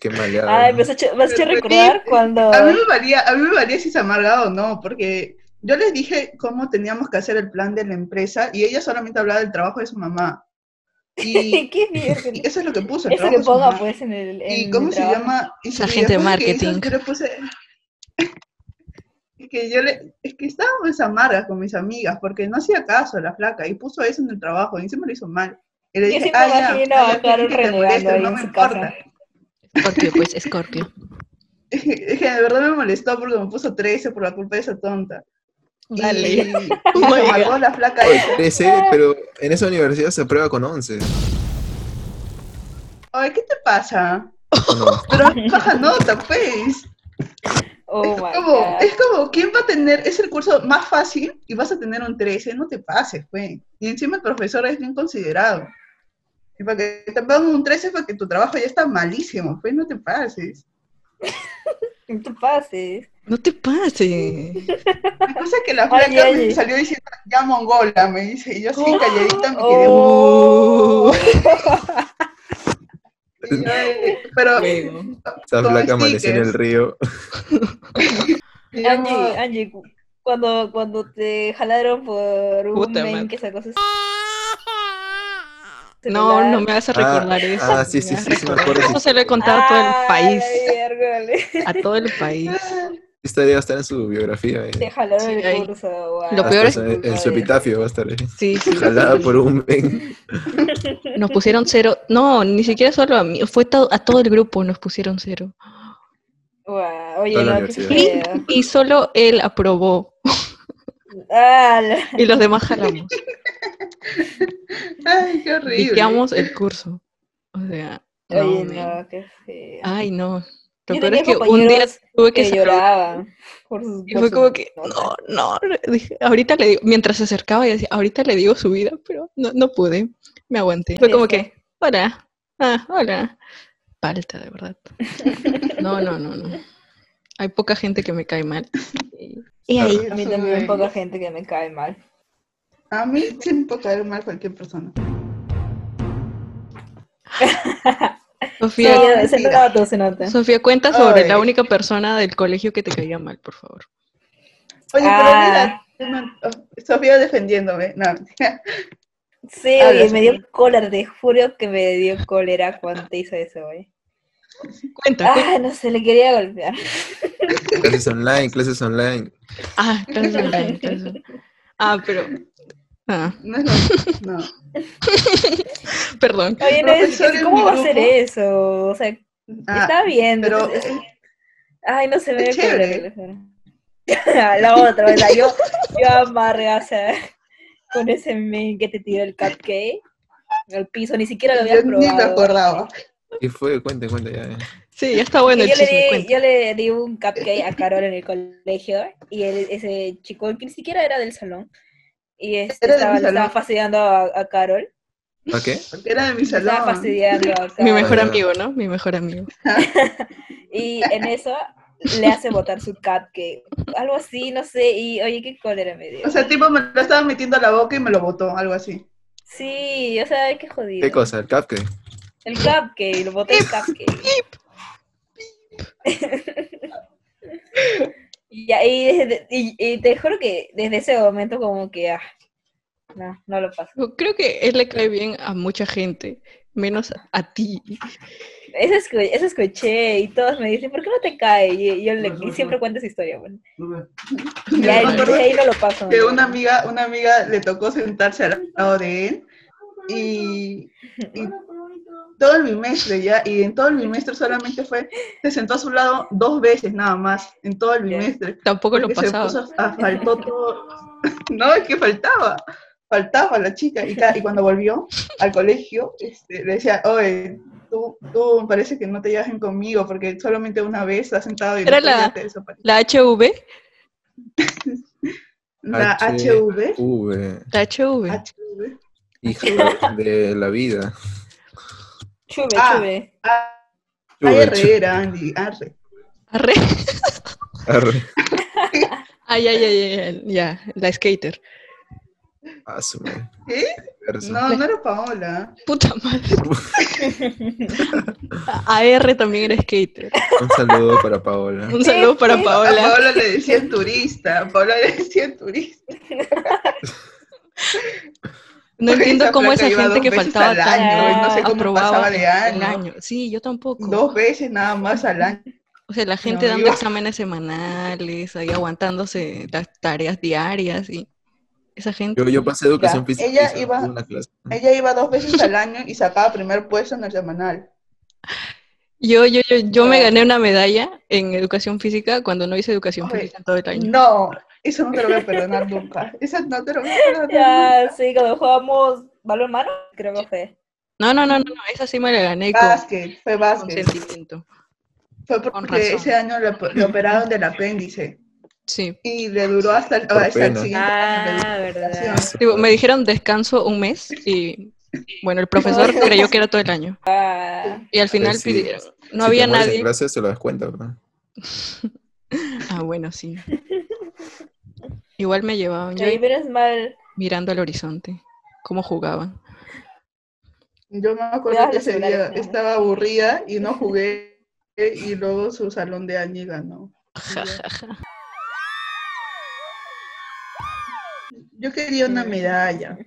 D: Qué maleada.
B: Ay, pues, me
D: ¿no?
B: has hecho, me has hecho
A: Pero,
B: recordar
A: sí,
B: cuando.
A: A mí me valía, a mí me valía si se amargaba o no, porque yo les dije cómo teníamos que hacer el plan de la empresa y ella solamente hablaba del trabajo de su mamá. Y,
B: [LAUGHS] [LAUGHS] ¿Qué mierda?
A: y eso es lo que puso. el
B: Eso
A: trabajo
B: que
A: de su
B: ponga
A: mamá.
B: pues en el. En
A: ¿Y cómo
B: el
A: se
B: trabajo.
A: llama? Y su
C: Sargento de
A: videojuego que hizo,
C: marketing.
A: yo le puse... [LAUGHS] Y que yo le... Es que estábamos amargas con mis amigas porque no hacía caso a la flaca y puso eso en el trabajo y encima lo hizo mal. Y le
B: Yo
A: dije,
B: sí me
A: ah, ya,
B: imagino
A: a la
B: a
A: gente
B: Carol
A: le
B: renegando
A: molesta,
B: ahí
A: no
B: en
A: me
B: su
A: importa. [LAUGHS]
B: casa.
C: Scorpio, pues, Scorpio.
A: Es que es que de verdad me molestó porque me puso 13 por la culpa de esa tonta. Y,
B: [LAUGHS]
C: Dale.
A: y
C: Oh my
A: se amargó
C: God.
A: la flaca
D: Oye,
A: esa.
D: 13, pero en esa universidad se aprueba con 11.
A: Oye, ¿qué te pasa?
D: ¿o no?
B: [LAUGHS]
A: Pero baja nota, pues.
B: Oh
A: es,
B: my
A: como,
B: god.
A: es como, ¿quién va a tener? Es el curso más fácil y vas a tener un 13, no te pases, pues. Y encima el profesor es bien considerado. Y para que te pongan un 13 es porque tu trabajo ya está malísimo, pues no te pases.
B: No te pases.
C: No te pases.
A: [LAUGHS]
B: [LAUGHS]
A: La cosa es que la
B: Ay,
A: flaca
B: ay,
A: me
B: ay.
A: salió diciendo, ya mongola, me dice, y yo
B: [LAUGHS]
A: así calladita me quedé [LAUGHS]
B: Oh.
A: Y yo, eh, pero
C: Pues,
D: Esa
A: Con
D: flaca amaneció en
A: stickers.
D: el río.
A: digamos,
B: Angie, Angie, cu- cuando, cuando te jalaron por un
C: Puta
B: men
C: madre.
B: que sacó su
C: No,
B: celular.
C: no me vas a recordar eso.
D: Ah, sí, sí, sí, sí, me acuerdo.
C: Eso
D: Esa
C: se lo he contado a todo
B: Ah,
C: el país.
B: Ay, árgale.
C: A todo el país.
D: historia va a estar en su biografía. eh.
B: Te jalaron
C: Sí,
B: el
C: ahí.
B: curso. guau.
C: Lo peor es-
D: Hasta En su epitafio va a estar. eh.
C: Sí,
D: [LAUGHS]
C: sí.
D: Jalada por un men.
C: Nos pusieron cero. No, ni siquiera solo a mí. Fue to- a todo el grupo nos pusieron cero.
B: Guau, Oye,
D: Toda la
B: no, qué
D: universidad.
B: feo.
C: Y solo él aprobó.
B: Ah, la-
C: Y los
B: [LAUGHS]
C: demás jalamos.
A: Ay, qué horrible.
C: Viciamos el curso. O sea. no,
B: Oye,
C: man.
B: no, qué feo.
C: Ay, no. Lo
B: Yo
C: peor
B: tenía
C: es que un día
B: compañeros
C: tuve que
B: que
C: sacar-
B: lloraban. Por sus,
C: Y
B: por
C: fue
B: sus
C: como que,
B: notas.
C: no, no, dije, ahorita le digo, mientras se acercaba y decía, ahorita le digo su vida, pero no, no pude, me aguanté. Fue como que, hola, ah, hola. Falta, de verdad. No, no, no, no. Hay poca gente que me cae
B: [LAUGHS]
C: mal. Y, y ahí,
A: Ay,
B: A mí
A: eso
B: también
A: de-
B: poca gente que me cae mal.
A: A mí sí me puede caer mal cualquier persona.
C: Sofía,
B: Se, se
A: mentira.
B: nota, se nota.
C: Sofía, cuenta sobre
A: Ay.
C: la única persona del colegio que te caía mal, por favor.
A: Oye,
B: Ah.
A: pero mira, oh, Sofía defendiéndome. No,
B: Sí,
A: Habla,
B: oye, me dio
A: Sofía.
B: cólera, te juro que me dio cólera cuando te hizo eso, güey.
C: Cuenta, cuenta.
B: Ah, no se le quería golpear.
D: Clases online, clases online.
B: [LAUGHS]
C: Ah, clases online, clases online. Ah, pero, ah,
A: no es lo- no.
C: perdón.
B: Oye, no, es,
A: Profesor
B: es-
A: en mi
B: ¿cómo va a ser
A: grupo.
B: eso? O sea,
A: Ah,
B: está bien.
A: pero
B: entonces-
A: eh,
B: ay, no se me dio
A: es
B: cólera.
A: chévere.
B: te lo juro. [LAUGHS] La otra, o sea, yo, yo amarga, o sea, con ese men que te tiró el cupcake al piso, ni siquiera lo había
A: yo ni me
B: probado.
A: acordaba.
D: ¿Qué fue? Cuente, cuente ya. eh.
C: Sí, ya está bueno el
B: yo, le
C: chisme,
B: di,
C: cuenta.
B: yo le di un cupcake a Carol en el colegio y él- ese chico que ni siquiera era del salón y este,
A: Era de
B: estaba,
A: mi
B: le estaba
A: salón.
B: fastidiando a, a Carol.
D: ¿Ok?
A: Porque era de mi
B: le Estaba
A: salón. [LAUGHS]
B: fastidiando a
C: Mi
B: Carol.
C: mejor
D: Ah, ya.
C: amigo, ¿no? Mi mejor amigo.
B: Y en eso le hace botar su cupcake. Algo así, no sé. Y oye, qué cólera me dio.
A: O sea, el tipo me lo estaba metiendo a la boca y me lo botó, algo así.
B: sí, o sea, qué jodido.
D: ¿Qué cosa? ¿El cupcake?
B: El cupcake, lo boté el cupcake. y ahí, desde- y, y te juro que desde ese momento como que, ah, no, no lo paso.
C: Yo Creo que él le cae bien a mucha gente, menos a, a ti.
B: Eso, escu- eso escuché y todos me dicen, ¿por qué no te cae? Y, y yo le- y siempre cuento esa historia, bueno. Y ahí,
A: Yo [LAUGHS] me acuerdo
B: de ahí no lo paso.
A: que
B: ¿no?
A: una amiga, una amiga le tocó sentarse al lado de él y, y todo el bimestre ya, y en todo el bimestre solamente fue, se sentó a su lado dos veces nada más, en todo el
B: Ya.
A: bimestre.
C: Tampoco lo
A: porque se
C: pasaba.
A: puso a- faltó todo. [LAUGHS] No, es que faltaba. Faltaba la chica. Y, ca- y cuando volvió al colegio, este, le decía, oye, tú, tú parece que no te llevas bien conmigo porque solamente una vez estás sentado y
C: Era
A: después
C: la-
A: ya te desapareció.
C: La HV,
A: La
D: H-
A: HV.
D: V,
C: la
A: Ah.
C: HV.
A: HV.
C: [LAUGHS]
D: hija de la vida.
B: Chuve,
A: Ah.
B: chuve.
A: Ah,
D: Chuve,
A: AR
D: chu-
A: era, Andy, arre.
C: Arre.
D: arre.
C: Ay, ay, ay, ay, ya, la skater.
D: Ah, su madre.
A: ¿Qué?
D: Verso.
A: No, no era Paola.
C: Puta
A: [LAUGHS]
C: madre. AR también era skater.
D: Un saludo para Paola.
C: Un saludo para
A: A
C: Paola.
A: Paola le decían turista. A Paola le decían turista.
C: No entiendo
A: Esa
C: cómo
A: flaca
C: esa
A: iba
C: gente
A: dos
C: que
A: veces
C: faltaba
A: al
C: tan
A: año,
B: y no sé
A: cómo
C: aprobaba
A: pasaba de
C: el
A: año.
C: año. Sí, yo tampoco.
A: Dos veces nada más al año.
C: O sea, la gente dando
A: iba.
C: exámenes semanales, ahí aguantándose las tareas diarias y esa gente.
D: Yo, yo pasé educación
A: Ya,
D: física.
A: ella
D: y
A: iba-
D: tuve una clase.
A: Ella iba dos veces al año y sacaba primer puesto en el semanal.
C: Yo, yo, yo, yo me
B: Ya.
C: gané una medalla en educación física cuando no hice educación
A: Oye,
C: física en todo el año.
A: No, eso no te lo voy a perdonar nunca. Eso no te lo voy a perdonar nunca.
B: Ya, sí, cuando jugamos balonmano, creo que fue.
C: No, no, no, no, no, esa sí me la gané con,
A: Básquet, fue
C: con
A: básquet.
C: sentimiento.
A: Fue
C: con
A: porque
C: razón.
A: ese año le, le operaron del apéndice
C: Sí.
A: y le duró hasta el,
D: Por
A: hasta el
D: pena.
A: siguiente año.
B: Ah,
A: de
B: verdad.
A: educación.
C: Digo, me dijeron descanso un mes y bueno, el profesor creyó que era todo el año.
B: Ah.
C: Y al final
D: Pues sí.
C: pidieron, no
D: Si
C: había
D: te mueres en
C: nadie.
D: clase, se lo das cuenta. ¿no?
C: Ah, bueno, sí. Igual me llevaban yo
B: Ahí menos mal.
C: mirando al horizonte, cómo jugaban.
A: Yo me acuerdo
B: Cuidado
A: que
B: los
A: ese día
B: celulares, ¿no?
A: estaba aburrida y no jugué y luego su salón de año ganó.
C: Ja, ja, ja.
A: Yo quería una medalla.
C: Ya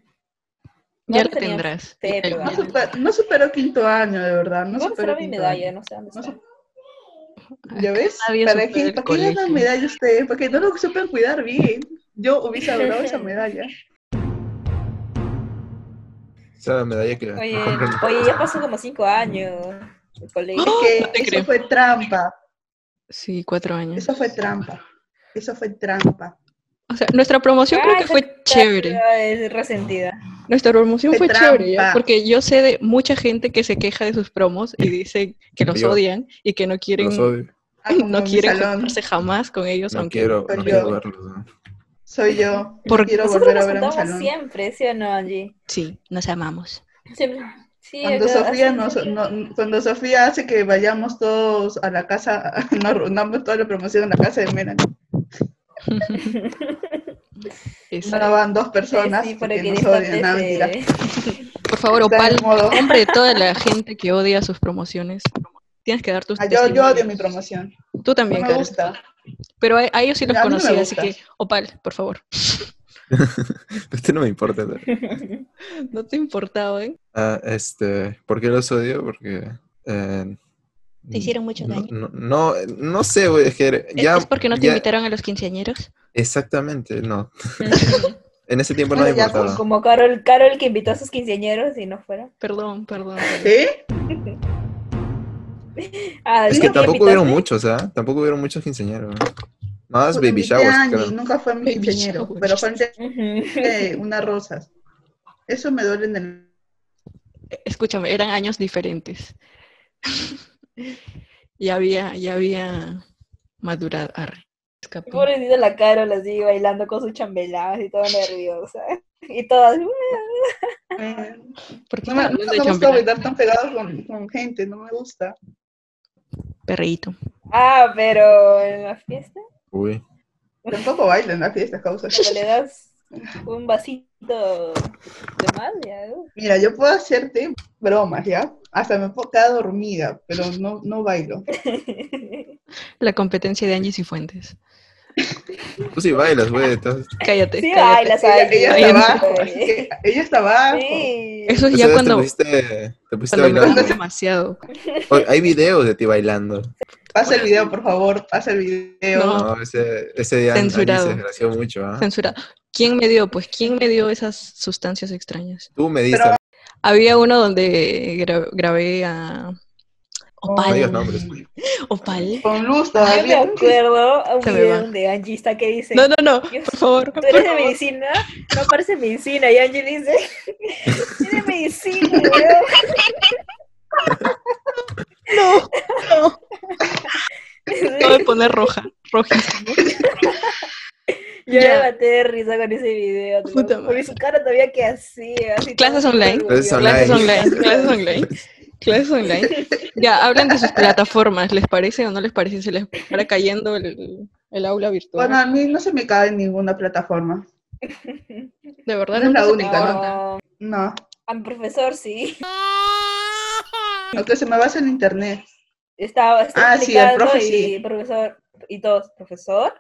B: ¿Cuánto
C: la
B: tenías?
C: tendrás.
B: Sí, pero
A: No,
B: bueno.
A: super- no superó quinto año, de verdad. No
B: ¿Dónde estará
A: superó
B: mi
A: quinto
B: medalla?
A: año.
B: No sé dónde
A: No [LAUGHS]
B: está.
A: ¿Ya ves?
C: nadie
A: ¿Para
C: supera
A: qué,
C: el
A: ¿para qué ganan
C: colegio.
A: medalla ustedes? Porque no lo supen cuidar bien. Yo hubiese adorado
C: [LAUGHS]
A: esa medalla.
D: Esa es la medalla
A: [LAUGHS]
D: que.
B: Oye,
D: me compran.
B: oye, ya pasó como cinco años de colegio.
A: Que
C: [GASPS] No te
A: eso
C: creo.
A: fue trampa.
C: Sí, cuatro años.
A: Eso fue trampa. Eso fue trampa.
C: O sea, nuestra promoción creo
B: Ah,
C: que
B: esa
C: fue chévere.
B: Es resentida.
C: Nuestra promoción
A: Qué
C: fue chévere, ¿ya?
A: trampa.
C: porque yo sé de mucha gente que se queja de sus promos y dice que los
D: Yo.
C: odian y que no quieren,
D: Los odio.
A: Ah, como
C: [LAUGHS] no
A: mi
C: quieren
A: salón.
C: juntarse jamás con ellos,
D: No
C: aunque
D: quiero,
A: soy yo.
D: no quiero verlos. ¿no? [LAUGHS]
A: Soy yo.
C: Porque
A: Quiero
B: Nosotros
A: volver a
B: nos
A: ver a mi
B: juntamos
A: salón.
B: siempre, ¿sí o no, Angie?
C: sí, nos amamos.
B: Siempre. Sí,
A: Cuando
B: acá-
A: Sofía,
B: así-
A: nos, no- cuando Sofía hace que vayamos todos a la casa, [LAUGHS] nos reunamos toda la promoción en la casa de Mena.
C: Exacto.
A: No van dos personas
B: Sí, para
A: porque
B: que
A: nos
B: después
A: odian. Nada, mentira.
B: de-
C: Por favor,
A: Está de
C: Opal,
A: modo.
C: en nombre de toda la gente que odia sus promociones, tienes que dar tus
A: Ah, yo, yo odio
C: testimonios.
A: mi promoción.
C: Tú
A: No
C: también,
A: me
C: Karen.
A: gusta.
C: Pero a, a ellos sí los
A: A mí no me
C: conocí, así
A: gusta.
C: que, Opal, por favor. [LAUGHS]
D: Este no me importa. ¿no?
C: [LAUGHS] No te importaba, ¿eh?
D: Ah, este, ¿Por qué los odio? Porque. eh, mm,
C: Te hicieron mucho
D: no-
C: daño.
D: No, no, no sé, güey. Es que ya.
C: ¿Es porque no te
D: ya-
C: invitaron a los quinceañeros?
D: Exactamente, no. En ese tiempo no
A: Bueno,
D: me
A: ya,
C: pues.
D: importaba.
B: Como Carol, Carol que invitó a sus quinceañeros y no fueron.
C: Perdón, [LAUGHS] perdón.
A: ¿Eh?
B: Ah,
D: Es
B: ¿sí
D: que
B: que
D: tampoco
B: invitaste?
D: hubieron muchos, ¿ah? Tampoco hubieron muchos quinceañeros. Más
A: Porque
D: baby
A: invité a
D: showers,
A: Angie,
D: claro.
A: Nunca fue mi
C: Baby
A: quinceañero,
C: showers.
A: pero fue antes
B: Ujú. [LAUGHS]
A: de unas rosas. Eso me duele en el...
C: Escúchame, eran años diferentes. [LAUGHS] ya había, ya había madurado. Arre, escapé.
B: Pobrecita la Carol así bailando con sus chambeladas y toda nerviosa. [LAUGHS] Y todas. "Ué".
A: Eh,
C: ¿Por qué
A: No me,
C: están hablando
A: no me
C: de
A: gusta
C: chambelán?
A: bailar tan pegado con, con gente, no me gusta.
C: Perreíto.
B: Ah, pero en la fiesta,
D: Uy.
A: Tampoco bailo en las fiestas, causa.
B: cuando le das un vasito de más, ya. uh.
A: Mira, yo puedo hacerte bromas, ¿ya? Hasta me puedo quedar dormida, pero no, no bailo.
C: La competencia de Angie Cifuentes.
D: Tú sí bailas, güey. estás-
C: Cállate.
B: Sí,
C: cállate.
B: bailas,
A: Ella, ella
C: Ay,
A: está
C: no.
A: abajo, así que ella está abajo.
B: Sí.
C: Eso es
D: O
C: Pues ya
D: sea,
C: cuando,
D: Te pusiste, te pusiste a
C: cuando
D: bailar.
C: me gusta demasiado.
D: Oye, Hay videos de ti bailando.
A: Pasa el video, por favor, pasa el video.
C: No.
D: No, ese, ese día Angie
C: Oh.
D: se
C: Censurado.
D: desgració mucho, ¿ah?
C: Censurado. ¿Quién me dio? Pues, ¿quién me dio esas sustancias extrañas?
D: Tú me diste.
A: Pero-
C: Había uno donde gra- grabé a
D: No digas
C: Opal.
D: nombres.
C: Opal.
A: Con luz
B: Yo me
A: todavía.
B: acuerdo a un
C: Se me va.
B: video de Angie está que dice,
C: No, no, no.
B: Dios,
C: Por favor.
B: tú eres de medicina, no parece medicina. Y Angie dice, soy de medicina, weón.
C: [LAUGHS] No, no. Acabo de poner roja. Rojísimo.
B: Yo
C: Ya.
B: me maté de risa con ese video. te lo
C: Puta
B: juro, y
C: madre.
B: su cara todavía que hacía. así
C: Clases
B: todo
C: online.
B: orgulloso.
D: Clases online.
C: Clases online. Clases online. Clases online. Ya, hablan de sus plataformas. ¿Les parece o no les parece? Se les para cayendo el, el aula virtual.
A: Bueno, a mí no se me cae en ninguna plataforma.
C: de verdad,
A: no es la
C: nunca se
A: única,
C: me
A: ¿no?
B: [LAUGHS]
C: corta.
B: No,
A: No.
B: a mi profesor sí. [LAUGHS]
A: Aunque se me basa en internet.
B: Estaba, estaba
A: Ah, sí, el
B: explicando
A: profe
B: y
A: sí.
B: profesor, y todos, profesor,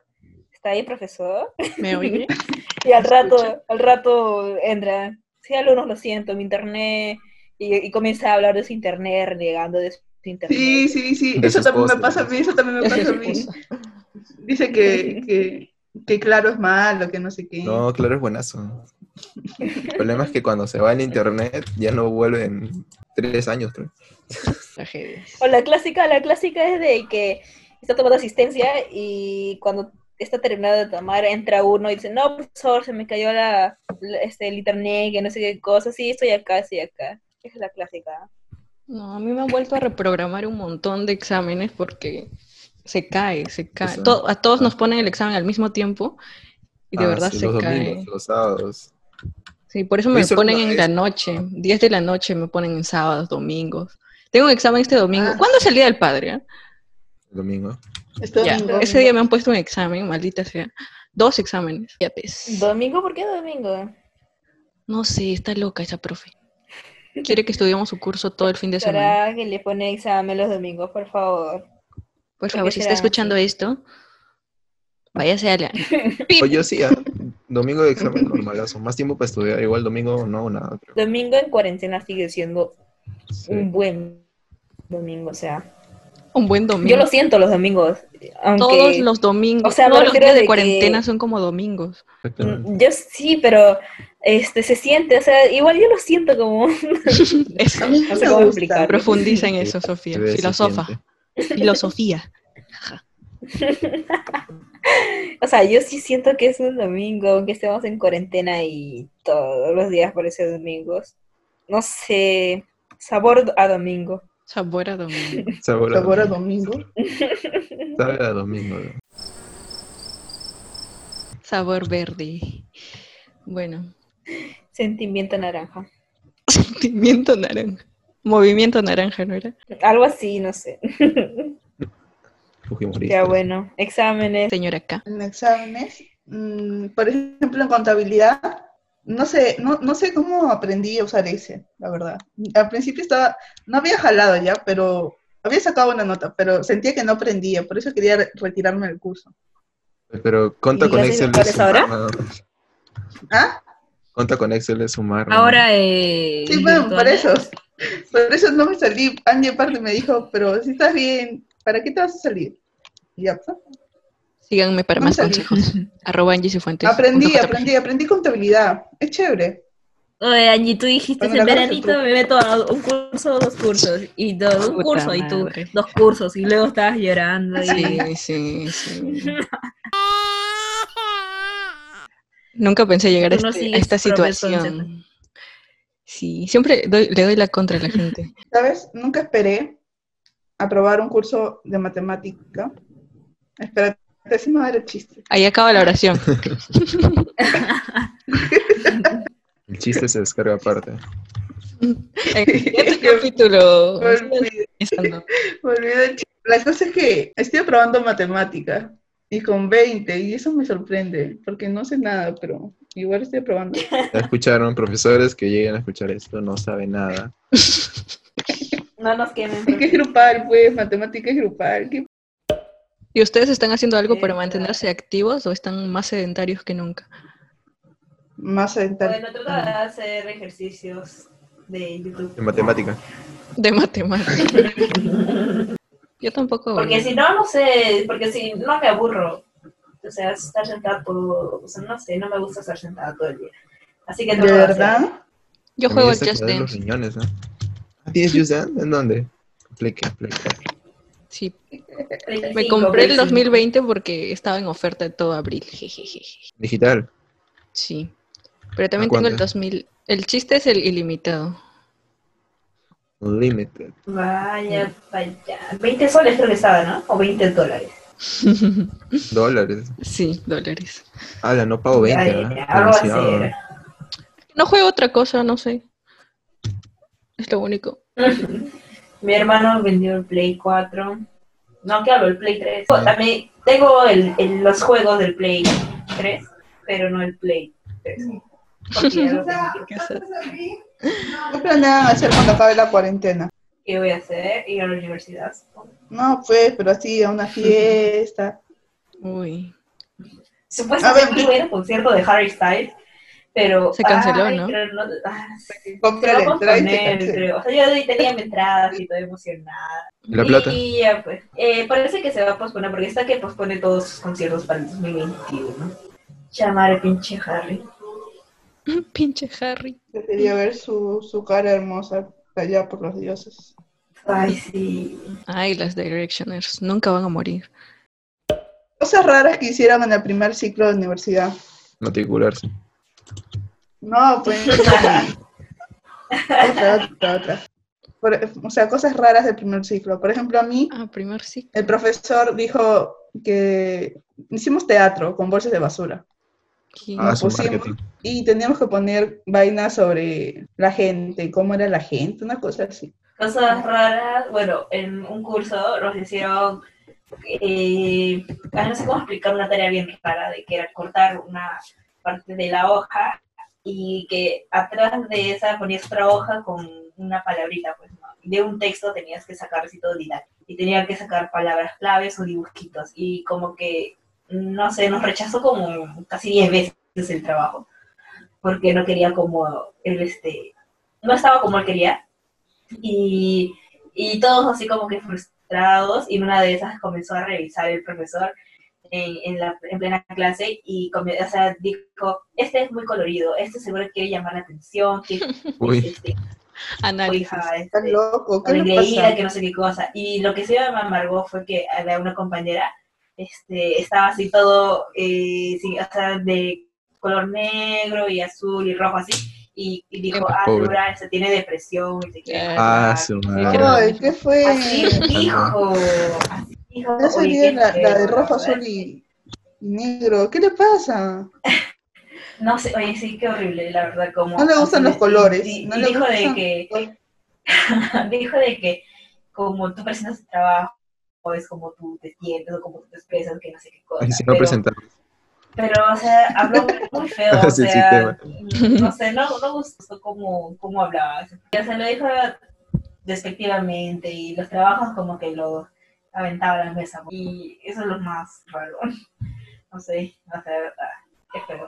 B: está ahí profesor.
C: ¿Me oye?
B: Y al rato,
C: Escucha.
B: al rato entra, sí, alumnos, lo siento, mi internet, y, y comienza a hablar de su internet, renegando de su internet.
A: Sí, sí, sí.
D: De
A: Eso
D: sus
A: también me
D: postres.
A: pasa a mí, eso también me
C: Ya se
A: pasa a mí.
C: expuso.
A: Dice que, que, que claro es malo, que no sé qué.
D: No, claro, es buenazo. El problema es que cuando se va el internet ya no vuelve en tres años, creo.
C: Tragedias.
B: O la clásica, la clásica es de que está tomando asistencia y cuando está terminado de tomar entra uno y dice, no, profesor, se me cayó la, la- este, el internet, que no sé qué cosa, sí, estoy acá, estoy acá. Esa es la clásica.
C: No, a mí me han vuelto a reprogramar un montón de exámenes porque se cae, se cae.
D: sea,
C: To- a todos nos ponen el examen al mismo tiempo y de
D: Ah,
C: verdad
D: sí,
C: se
D: los
C: cae.
D: domingos, los sábados.
C: Sí, por eso me
D: Eso
C: ponen
D: no
C: en
D: es-
C: la noche, 10 de la noche me ponen en sábados, domingos. Tengo un examen este domingo.
A: Ah.
C: ¿Cuándo es el día del padre? ah?
D: El domingo.
A: Es
C: Ya,
A: domingo.
C: Ese día me han puesto un examen, maldita sea. Dos exámenes. Ya pues.
B: ¿Domingo? ¿Por qué domingo?
C: No sé, está loca
B: [LAUGHS]
C: esa profe. Quiere que estudiemos su curso todo el fin de semana.
B: Para que le pone examen los domingos, por favor.
C: Por
B: qué
C: favor, si está
B: será?
C: escuchando esto, váyase a la...
D: O yo sí, ah, domingo de examen normalazo. Más tiempo para estudiar. Igual domingo no, nada, creo.
B: Domingo en cuarentena sigue siendo
D: Sí.
B: un buen domingo, o sea.
C: Un buen domingo.
B: Yo lo siento los domingos, aunque...
C: Todos los domingos.
B: O sea, me
C: todos los
B: refiero
C: días de,
B: de que-
C: cuarentena son
B: [LAUGHS]
C: como domingos.
D: Exactamente.
B: Mm, Yo sí, pero este se siente, o sea, igual yo lo siento como [LAUGHS]
C: Eso.
A: A mí
B: No
A: no
B: sé
A: me gusta.
B: cómo explicarlo.
C: Profundiza en eso,
D: Se
C: Sofía.
D: ve, se
C: Filosofa.
D: siente.
C: Filosofía.
B: o sea, yo sí siento que es un domingo, aunque estemos en cuarentena y todos los días parece domingos. No sé, sabor a domingo.
C: Sabor a domingo.
D: Sabor a
A: Sabor a
D: domingo.
A: domingo.
D: Sabe a domingo. güey.
C: Sabor verde. Bueno, [LAUGHS]
B: Sentimiento naranja.
C: sentimiento naranja. Movimiento naranja, ¿no era?
B: Algo así, no sé.
D: Fujimorista.
B: Ya bueno, exámenes.
C: Señora K.
A: En exámenes, mm, por ejemplo, en contabilidad, no sé, no, no sé cómo aprendí a usar ese, la verdad. Al principio estaba, no había jalado ya, pero había sacado una nota, pero sentía que no aprendía, por eso quería re- retirarme del curso.
D: Pero conta
B: ¿Y
D: con
B: clases
D: Excel es
B: virtuales ahora?
D: sumar. nada más.
A: ¿Ah?
D: Conta con Excel es sumar. nada más.
E: Ahora, eh,
A: Sí, bueno, por
E: virtuales.
A: eso. Por eso no me salí. Andy parte me dijo, pero si estás bien, ¿para qué te vas a salir? Y ya, pues.
C: Síganme para más
A: Vamos a
C: consejos.
A: [LAUGHS]
C: Arroba Angie Cifuentes.
A: aprendí,
C: punto JP.
A: aprendí, aprendí contabilidad. Es chévere.
E: Oye, Angie, tú dijiste
A: Cuando
E: en
A: le agarras el
E: veranito
A: truco.
E: me meto a un curso, dos cursos, y do- un
C: Puta
E: curso, y tú,
C: madre.
E: dos cursos, y luego estabas llorando. Y... [LAUGHS]
C: Sí, sí, sí. Nunca pensé llegar a,
E: Tú no
C: este- a
E: sigues
C: esta
E: tus propios
C: situación. Sí, siempre doy- le doy la contra a la gente.
A: ¿Sabes? Nunca esperé aprobar un curso de matemática. Espérate, así no era el chiste.
C: Ahí acaba
A: [LAUGHS]
C: la oración.
D: El chiste se descarga aparte.
C: En el
A: [LAUGHS]
C: siguiente capítulo.
A: Me olvidé,
C: Pensando.
A: me olvidé el chiste. La cosa es que estoy aprobando matemáticas y con 20, y eso me sorprende, porque no sé nada, pero igual estoy aprobando.
D: Ya escucharon, profesores que lleguen a escuchar esto, no saben nada.
B: No nos quemen.
A: Es que es grupal, pues, matemática es grupal. ¿Qué
C: ¿Y ustedes están haciendo algo para
B: Eh,
C: mantenerse activos o están más sedentarios que nunca?
A: Más
B: Bueno,
A: sedentario.
B: trata de hacer ejercicios de YouTube.
D: En matemática.
C: De matemáticas.
E: [LAUGHS]
C: Yo tampoco.
B: Porque si no, no sé, porque si no me aburro. O sea, estar sentado por, o sea, no sé, no me gusta estar sentada todo el día. Así que
A: ¿De
B: trato de hacer-
A: verdad?
C: Yo
D: A mí
C: juego al
D: esa que
C: Just
D: me duele los
C: Dance.
D: riñones, ¿no? Ah, ¿Tienes Just Dance? ¿En dónde? Aplica, aplica.
C: Sí, me
B: 35,
C: compré el
B: 25.
C: 2020 porque estaba en oferta de todo abril. jejeje.
D: Digital.
C: Sí. Pero también tengo
D: cuánto
C: el
D: es?
C: 2000. El chiste es el ilimitado.
D: Limited.
B: Vaya, vaya. 20 soles creo que estaba, ¿no? O 20 dólares.
D: Dólares.
C: sí, dólares.
D: Ala, no pago 20,
B: Ay,
D: ¿verdad?
B: algo así
D: Demasiado.
B: era.
C: No juego otra cosa, no sé. Es lo único.
B: Mi hermano vendió el Play 4. No, claro, el Play 3.
D: Ah.
B: También tengo el, el- los juegos del Play 3, pero no el Play 3. Porque ya lo tengo.
C: ¿Qué hacer?
A: ¿Qué planean hacer cuando acabe la cuarentena?
B: ¿Qué voy a hacer? Ir a la universidad.
A: No, pues, pero así, a una
B: [LAUGHS]
A: fiesta.
C: Uy. [LAUGHS]
A: A
B: Supuestamente
A: ver,
B: iba a ir al concierto de Harry Styles, pero...
C: Se canceló,
B: ay,
C: ¿no?
B: pero no- ah, se
A: Compra
B: va
A: la
B: a
A: entrada y te
B: posponer,
A: cancela.
B: creo. O sea, yo ahí tenía mi entrada y toda emocionada.
D: ¿Y la plata?
B: Y ya pues. Eh, parece que se va a posponer porque está que pospone todos sus conciertos para el 2021. Llamar al pinche Harry.
C: Pinche Harry.
A: Yo quería ver su, su cara hermosa allá por los dioses.
B: Ay, sí.
C: Ay, las Directioners. Nunca van a morir.
A: Cosas raras que hicieron en el primer ciclo de universidad.
D: Matricularse.
A: No,
B: [LAUGHS]
A: pues. otra, otra, otra. Por- o sea, cosas raras del primer ciclo. Por ejemplo, a mí,
C: Ah, primer sí.
A: el profesor dijo que hicimos teatro con bolsas de basura.
C: ¿Quién?
D: Ah, su
A: pusimos-
D: marketing.
A: Y teníamos que poner vainas sobre la gente, cómo era la gente, una cosa así.
B: Cosas raras. Bueno, en un curso nos hicieron... eh, ah, no sé cómo explicar una tarea bien rara de que era cortar una parte de la hoja y que atrás de esa ponías otra hoja con una palabrita, pues ¿no? De un texto tenías que sacar así todo didáctico. Y tenía que sacar palabras claves o dibujitos. Y como que, no sé, nos rechazó como casi 10 veces el trabajo. Porque no quería como el este. No estaba como él quería. Y, y todos así como que frustrados. Y en una de esas comenzó a revisar el profesor en, en la, en plena clase y come- o sea, dijo, este es muy colorido, este seguro quiere llamar la atención,
D: [LAUGHS]
B: que
C: [LAUGHS]
D: Uy.
B: este,
C: Análisis.
B: hija,
A: Está
B: este,
A: loco, ¿qué le
B: engreída,
A: pasa?
B: que no sé qué cosa. Y lo que se me amargó fue que había una compañera, este, estaba así todo, eh, sí, o sea, de color negro y azul y rojo así, y, y dijo, ah,
D: Pobre.
B: Dura, se tiene depresión, y se quiere
C: Ah,
B: matar".
D: Ah, su
C: que
D: madre.
C: no.
A: Ay, ¿qué fue?
B: Así dijo, así dijo. este
A: Yo soy
B: Uy,
A: de
B: qué
A: la, la de
B: feo, eh.
A: rojo,
B: verdad.
A: azul y y negro. ¿Qué le pasa?
B: No sé, oye, sí, qué horrible, la verdad, como...
A: No le gustan los colores,
B: Y,
A: no
B: y
A: le
B: dijo de
A: gustan.
B: que, dijo de que [LAUGHS] como tú presentas tu trabajo, es como tú te sientes o como tú te expresas, que no sé qué cosa.
D: Ay, si no
B: pero,
D: presentamos.
B: pero, o sea, habló muy feo, o
D: [LAUGHS] Sí, sí,
B: sea, no sé, no, no gustó cómo, cómo hablaba. Y, o sea, lo dijo despectivamente y los trabajos como que lo aventaba a la mesa. Y eso es lo más raro. No sé, o sea, ah, qué feo.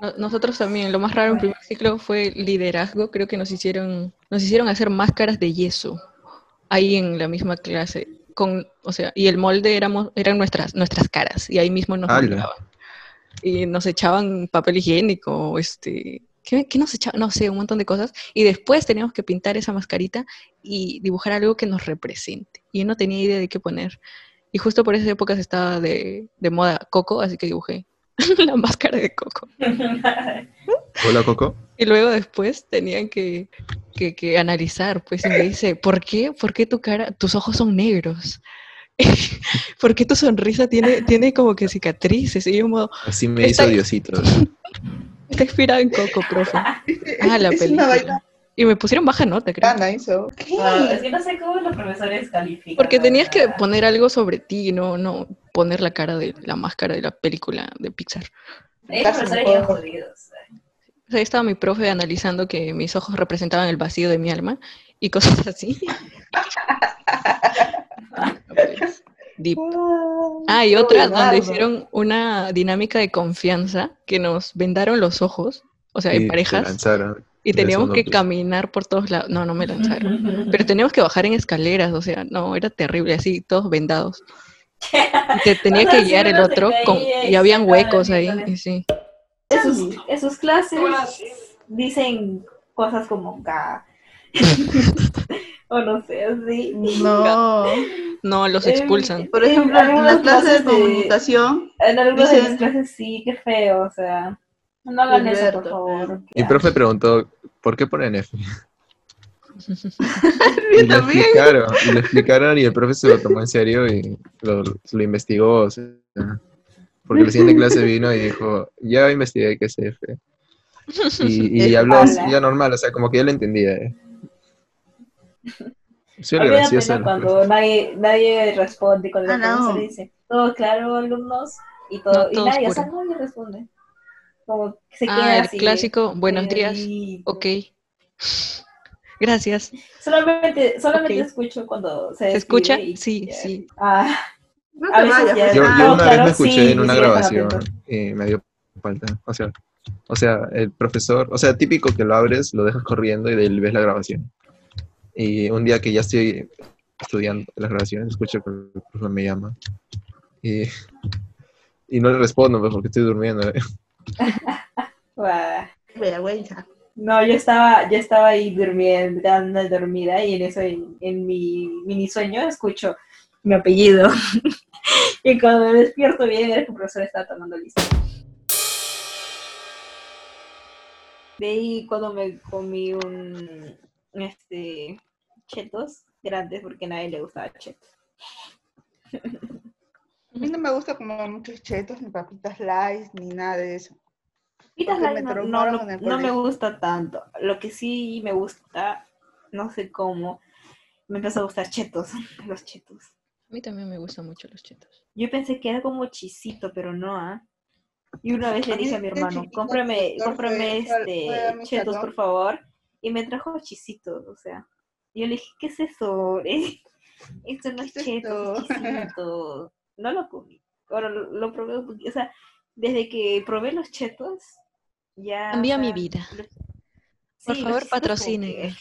C: No- Nosotros también, lo más raro en primer ciclo fue liderazgo, creo que nos hicieron, nos hicieron hacer máscaras de yeso, ahí en la misma clase, con, o sea, y el molde éramos, eran nuestras, nuestras caras, y ahí mismo nos
D: ¡Hala!
C: moldeaban. Y nos echaban papel higiénico, este, ¿qué, qué nos echaban? No sé, un montón de cosas, y después teníamos que pintar esa mascarita y dibujar algo que nos represente, y yo no tenía idea de qué poner. Y justo por esas épocas estaba de, de moda Coco, así que dibujé [LAUGHS] la máscara de Coco.
B: [LAUGHS]
D: Hola, Coco.
C: Y luego después tenían que, que- que analizar, pues, y me dice, ¿por qué? ¿Por qué tu cara, tus ojos son negros? [LAUGHS] ¿Por qué tu sonrisa tiene, tiene como que cicatrices? Y yo como,
D: Así me hizo
C: Está-
D: Diosito.
C: está inspirada en Coco, profe.
A: Es,
C: Ah, la
A: es una
C: película.
A: vaina
C: Y me pusieron baja nota, creo.
A: Ana hizo. ¿Qué?
B: Ah, es que no sé cómo los profesores califican.
C: Porque
B: la
C: tenías que
B: verdad.
C: poner algo sobre ti, no, no poner la cara de la máscara de la película de Pixar.
B: Ellos profesores bien jodidos.
C: O sea, ahí estaba mi profe analizando que mis ojos representaban el vacío de mi alma y cosas [LAUGHS] así. Pues, deep. Ah, y
A: Qué
C: otra donde
A: buenardo.
C: hicieron una dinámica de confianza que nos vendaron los ojos, o sea, en
D: Y te
C: parejas,
D: lanzaron.
C: y
D: de
C: teníamos
D: segundo
C: que
D: piso.
C: caminar por todos lados. No, no
B: [LAUGHS]
C: me lanzaron. Pero teníamos que bajar en escaleras, o sea, no, era terrible, así, todos vendados. Y te
B: [LAUGHS]
C: tenía
B: sea,
C: que
B: si
C: guiar el
B: uno se
C: otro, con-
B: caía y
C: y habían
B: sentaba
C: huecos ahí,
B: viéndole.
C: y sí.
B: En sus, en sus clases dicen cosas como K. o no sé, así.
A: [LAUGHS]
C: Mm.
A: No.
C: No,
B: Eh,
C: los expulsan.
A: Por ejemplo, en
B: Algunas
A: las clases de
B: clases de-
A: comunicación,
B: En algunas de
A: Dicen-
B: mis clases sí, qué feo, o sea. No hagan eso, por
A: Humberto.
B: favor.
D: Mi profe preguntó, ¿por qué ponen F?
A: yo
D: Y le
A: también.
D: explicaron, y le explicaron y el profe se lo tomó en serio y lo, lo investigó. o sea, porque la siguiente clase vino y dijo, ya investigué qué es F. Y, y habló así, ya normal, o sea, como que ya lo entendía. eh. Soy
B: A
D: el
B: mí me da
D: gracioso. de
B: pena
D: los
B: cuando nadie, nadie responde, cuando el
A: Ah, no.
B: profesor dice, todo claro, alumnos, y todo,
C: No,
B: y
C: todo
B: nadie, o
C: oscuro.
B: sea, nadie responde. Como que se queda
C: Ah, el
B: así.
C: clásico, buenos
B: eh,
C: días. Oh.
B: y-
C: Ok. [LAUGHS] Gracias.
B: Solamente, solamente
C: Ok.
B: escucho cuando se
C: ¿Se
B: despide
C: escucha?
B: y
C: Sí,
B: ya.
C: sí.
B: Ah,
A: No
B: A
A: te
B: veces ya-
A: vayas.
D: Yo, yo
A: Fernando.
B: Ah,
D: una
B: claro,
D: vez lo escuché
B: sí,
D: en
B: sí,
D: una
B: sí,
D: grabación
B: estaba atento.
D: y me dio falta. O sea, o sea, el profesor, o sea, típico que lo abres, lo dejas corriendo y de ahí ves la grabación. Y un día que ya estoy estudiando las grabaciones, escucho que el profesor me llama y, y no le respondo pues, porque estoy durmiendo.
B: ah,
A: Qué vergüenza.
B: no, yo estaba, yo estaba ahí durmiendo, dando dormida, y en eso, en, en mi mini sueño, escucho mi apellido. [LAUGHS] y cuando me despierto bien, era que el profesor estaba tomando lista. De ahí, cuando me comí un, este, chetos grandes, porque a nadie le gustaba chetos.
A: A mí no me gusta comer muchos chetos, ni papitas light, ni nada de eso.
B: Pitas
A: Porque
B: light
A: me
B: no, no,
A: traumaron
B: lo-
A: en el
B: no me
A: colegio.
B: gusta tanto. Lo que sí me gusta, no sé cómo, me empezó a gustar chetos, [LAUGHS] los chetos.
C: A mí también me gustan mucho los chetos.
B: Yo pensé que era como chisito, pero no, ¿ah? Y una vez
A: A
B: le
A: mí
B: dije a mi
A: de
B: hermano,
A: chiquita,
B: cómprame,
A: doctor,
B: cómprame
A: fue- fue- fue a
B: este
A: mi
B: chetos,
A: salón.
B: por favor. Y me trajo chisitos, o sea. Y yo le dije, ¿qué es eso? [LAUGHS] Esto no es
A: ¿Qué es
B: chetos, es
A: esto?
B: chisito. No lo comí. Ahora lo, lo probé un poquito. O sea, desde que probé los chetos, ya.
C: Cambia
B: o
C: mi
B: sea,
C: vida.
B: [LAUGHS] los-
C: Por
B: sí, los Cheetos como
C: favor,
B: que- [LAUGHS]
C: patrocinen.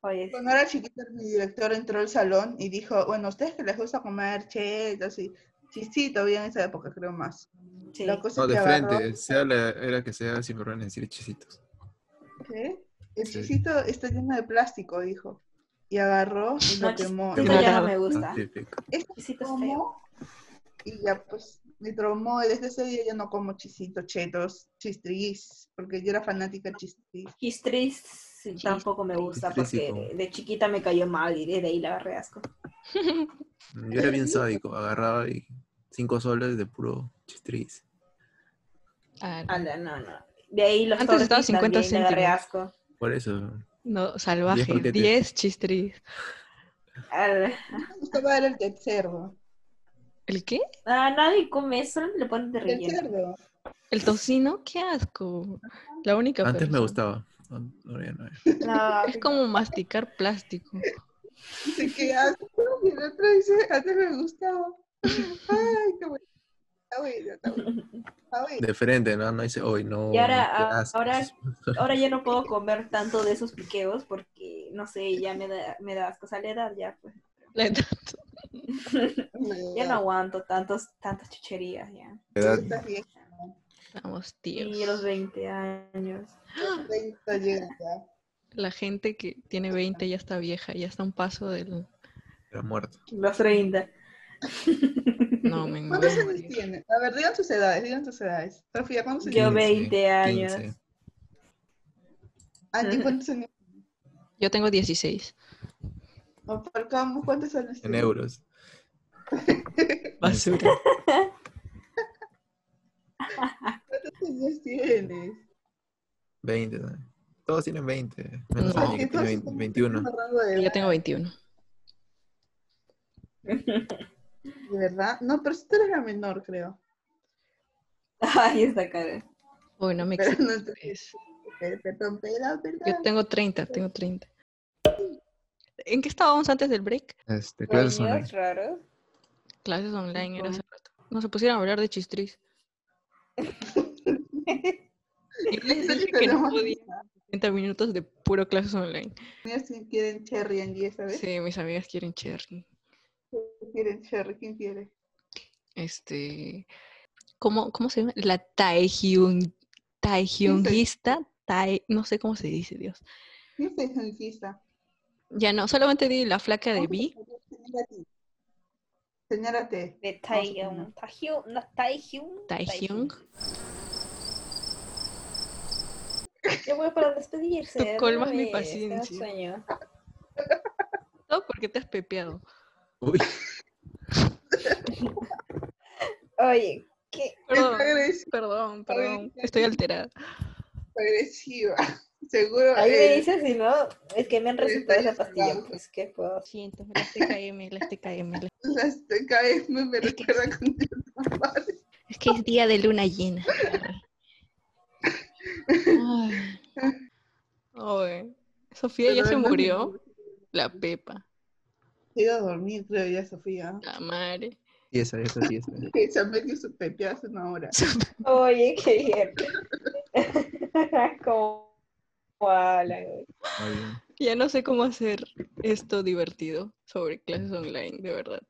B: Oye,
A: Cuando era chiquita, mi director entró al salón y dijo, bueno, ustedes que les gusta comer chetos y chisito, bien en esa época creo más.
B: sí.
A: La cosa
D: [LAUGHS] No,
A: es
D: de
A: que agarró-
D: frente, sea la era que sea, siempre van a decir hechicitos.
A: ¿Qué? El
D: Sí.
A: chisito está lleno de plástico, dijo. Y agarró y lo
B: No,
A: quemó.
B: Eso
A: Y lo
B: ya no me gusta.
D: Ah, Típico.
A: Esto
B: Chisito es feo.
A: tomó y ya pues me traumó. Y desde ese día yo no como chisito, chetos, chistris, porque yo era fanática de chistris.
B: Chistris tampoco me gusta
D: Chistris,
B: porque
D: hijo.
B: de chiquita me cayó mal y desde ahí la agarré asco.
D: Yo era bien sádico, agarraba y cinco soles de puro chistriz.
C: Ah, no.
B: Ala, no, no. De ahí los
C: Antes estaba
B: Tortis
C: 50
B: también le agarré
C: céntimos.
B: asco.
D: Por eso.
C: No, salvaje.
D: paquetes.
C: 10 chistris.
B: Ala.
A: Me gustaba era el de cerdo.
C: ¿El qué?
B: Ah, nadie come eso, le ponen de
A: El
B: relleno.
A: cerdo.
C: ¿El tocino? ¡Qué asco! La única
D: Antes
C: persona.
D: me gustaba. Ahora ya no.
B: No,
C: [LAUGHS] Es como masticar plástico. [LAUGHS]
A: Dice que asco. Y el otro dice, antes me gustaba. Ay, qué bueno. Está bueno, está bueno. Está bueno.
D: De frente, ¿no? No dice hoy, no.
B: Y ahora,
D: qué
B: ah,
D: asco".
B: ahora- ahora ya no puedo comer tanto de esos piqueos porque, no sé, ya me da, me da asco. O sea, la edad ya, pues.
C: La edad.
B: Ya no aguanto tantos, tantas chucherías ya.
D: Edad,
A: Estás bien,
C: Vamos,
B: Y
C: tíos.
B: a los 20 años.
C: [GASPS]
A: treinta llega ya.
C: La gente que tiene 20 ya está vieja, ya está a un paso del...
D: era muerto.
B: Los 30. [LAUGHS]
C: No, me, me voy
A: ¿Cuántos
C: a
A: años
C: morir.
A: tiene? A ver, digan sus edades, digan sus edades. Sofía, ¿cuántos años?
B: Yo 20 años.
D: 15.
A: Angie, ¿cuántos años?
C: Yo tengo 16.
A: O Falcón, ¿cuántos años?
D: En
A: tiene?
D: euros.
C: Basura.
A: ¿Cuántos años tienes?
D: 20. ¿no? Todos tienen 20. Menos
C: No.
D: Añi, que tiene 20 21.
C: Yo tengo 21.
A: De verdad. No, pero tú eres la menor, creo.
B: [LAUGHS] Ay, esta cara.
C: Uy, no me
A: Pero no
C: excites.
A: Te, te trompé la verdad.
C: Yo tengo 30, tengo 30. ¿En qué estábamos antes del break?
D: Este, clases
B: Sueños
D: online.
B: raros.
C: Clases online era
B: Ujú.
C: hace rato. No se pusieron a hablar de chistriz. Yo les dije que no
A: Tenemos-
C: podía 30 minutos de puro clases online.
A: Niños que quieren cherry en 10, ¿sabes?
C: Sí, mis amigas quieren cherry.
A: Quieren cherry, ¿quién quiere?
C: Este, ¿cómo, cómo se llama? La taehyung, taehyungista, tae, no sé cómo se dice, Dios.
A: ¿Quién se conquista?
C: Ya no, solamente di la flaca de B.
A: Señora T.
B: De Taehyung. Taehyung. No, Taehyung.
C: Taehyung.
B: Ya voy para
C: [LAUGHS]
B: despedirse.
C: Tú
B: de
C: colmas
B: una
C: mi
B: vez,
C: paciencia.
B: tengo sueño.
C: Todo porque te has pepeado.
D: Uy, [LAUGHS]
B: Oye, ¿qué?
C: Perdón,
A: Está agresiva,
C: perdón,
A: bien,
C: perdón.
A: está
C: Estoy
A: bien.
C: alterada.
A: agresiva. [LAUGHS] Seguro.
B: Ahí me
A: eh,
B: dices si no, es que me han
A: Pero
B: resultado
A: está
B: esa pastilla.
A: llorando.
B: Pues, ¿qué puedo hacer?
C: Siento, las TKM, las TKM. las-
A: Las te caes,
C: [LAUGHS]
A: me me recuerda con tus papás.
C: Es que es día de luna llena. arre. Ay. Ay. Sofía ya
A: Pero
C: se
A: no me-
C: murió. La Pepa,
A: Se iba a dormir, creo ya, [LAUGHS] Sofía.
C: la madre.
D: 10, esa 10.
A: Que se ha metido su pepe hace una hora.
B: Oye, qué bien. [LAUGHS] Como hablan, güey.
C: Ya no sé cómo hacer esto divertido sobre clases online, de verdad.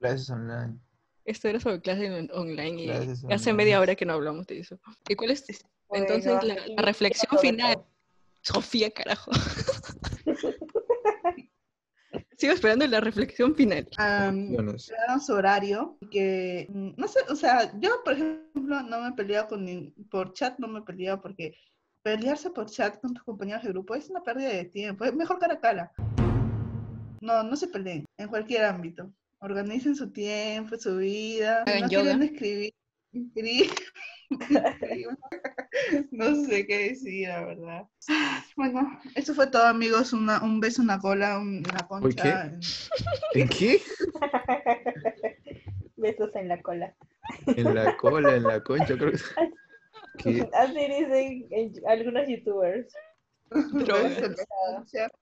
D: Clases online.
C: Esto era sobre clases on- online y
D: Clases
C: hace
D: online.
C: media hora que no hablamos de eso. ¿Y cuál es,
B: Bueno,
C: Entonces, la- la reflexión
B: sobre
C: final.
B: todo.
C: Sofía, carajo? Sigo esperando la reflexión final.
A: Am,
D: [LAUGHS] Opciones.
A: Daban su horario y que mm, no sé, o sea, yo por ejemplo no me peleaba con nin- por chat no me peleaba porque pelearse por chat con tus compañeros de grupo es una pérdida de tiempo, es mejor cara a cara. No, no se peleen en cualquier ámbito. Organicen su tiempo, su vida. Si
C: Hagan
A: no
C: yoga.
A: quieren escribir, [LAUGHS] escriban. no sé qué decir, la
C: [SIGHS]
A: verdad. Bueno, eso fue todo, amigos. Una- un beso, una cola, un- una
D: Uy, ¿qué?
A: concha.
D: ¿En qué?
B: [LAUGHS] Besos en la cola.
D: En la cola, en la concha, creo que. ¿Qué?
B: [LAUGHS] Así dicen eh, algunos youtubers.
C: Drogas.
A: Beso, gracias.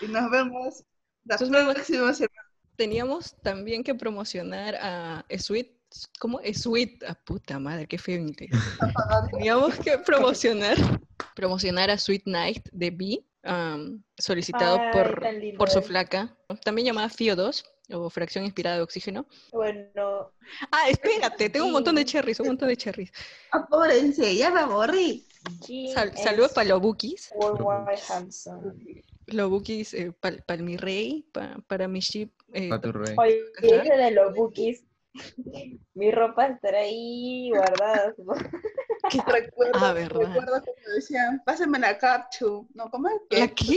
A: Y nos vemos la
C: Nos vemos.
A: próxima semana.
C: Teníamos también que promocionar a Sweet. ¿Cómo? Sweet. A puta madre, qué feo
B: [LAUGHS]
C: inglés. Teníamos que promocionar promocionar a Sweet Night de B, um, solicitado
B: Ay, tan
C: por,
B: lindo
C: por su
B: es.
C: flaca, también llamada Fio 2 o fracción inspirada de oxígeno.
B: Bueno,
C: Ah,
B: [LAUGHS]
C: espérate, tengo un montón de
B: Sí.
C: cherries, un montón de cherries.
A: Ah, Apúrense, ya me aburrí.
C: Sal- saludos para los bookies,
B: Worldwide Handsome.
C: los bookies eh, para mi rey, pa- para mi ship. eh,
D: A tu rey.
B: Oye,
C: Ajá.
B: eso de los bookies. [LAUGHS] Mi ropa estará ahí guardada. supongo.
C: que-
A: Recuerdo,
C: Ah, verdad.
A: recuerdo como decían, pásenme la capchu. No, ¿cómo es?
B: [LAUGHS]
C: ¿La qué?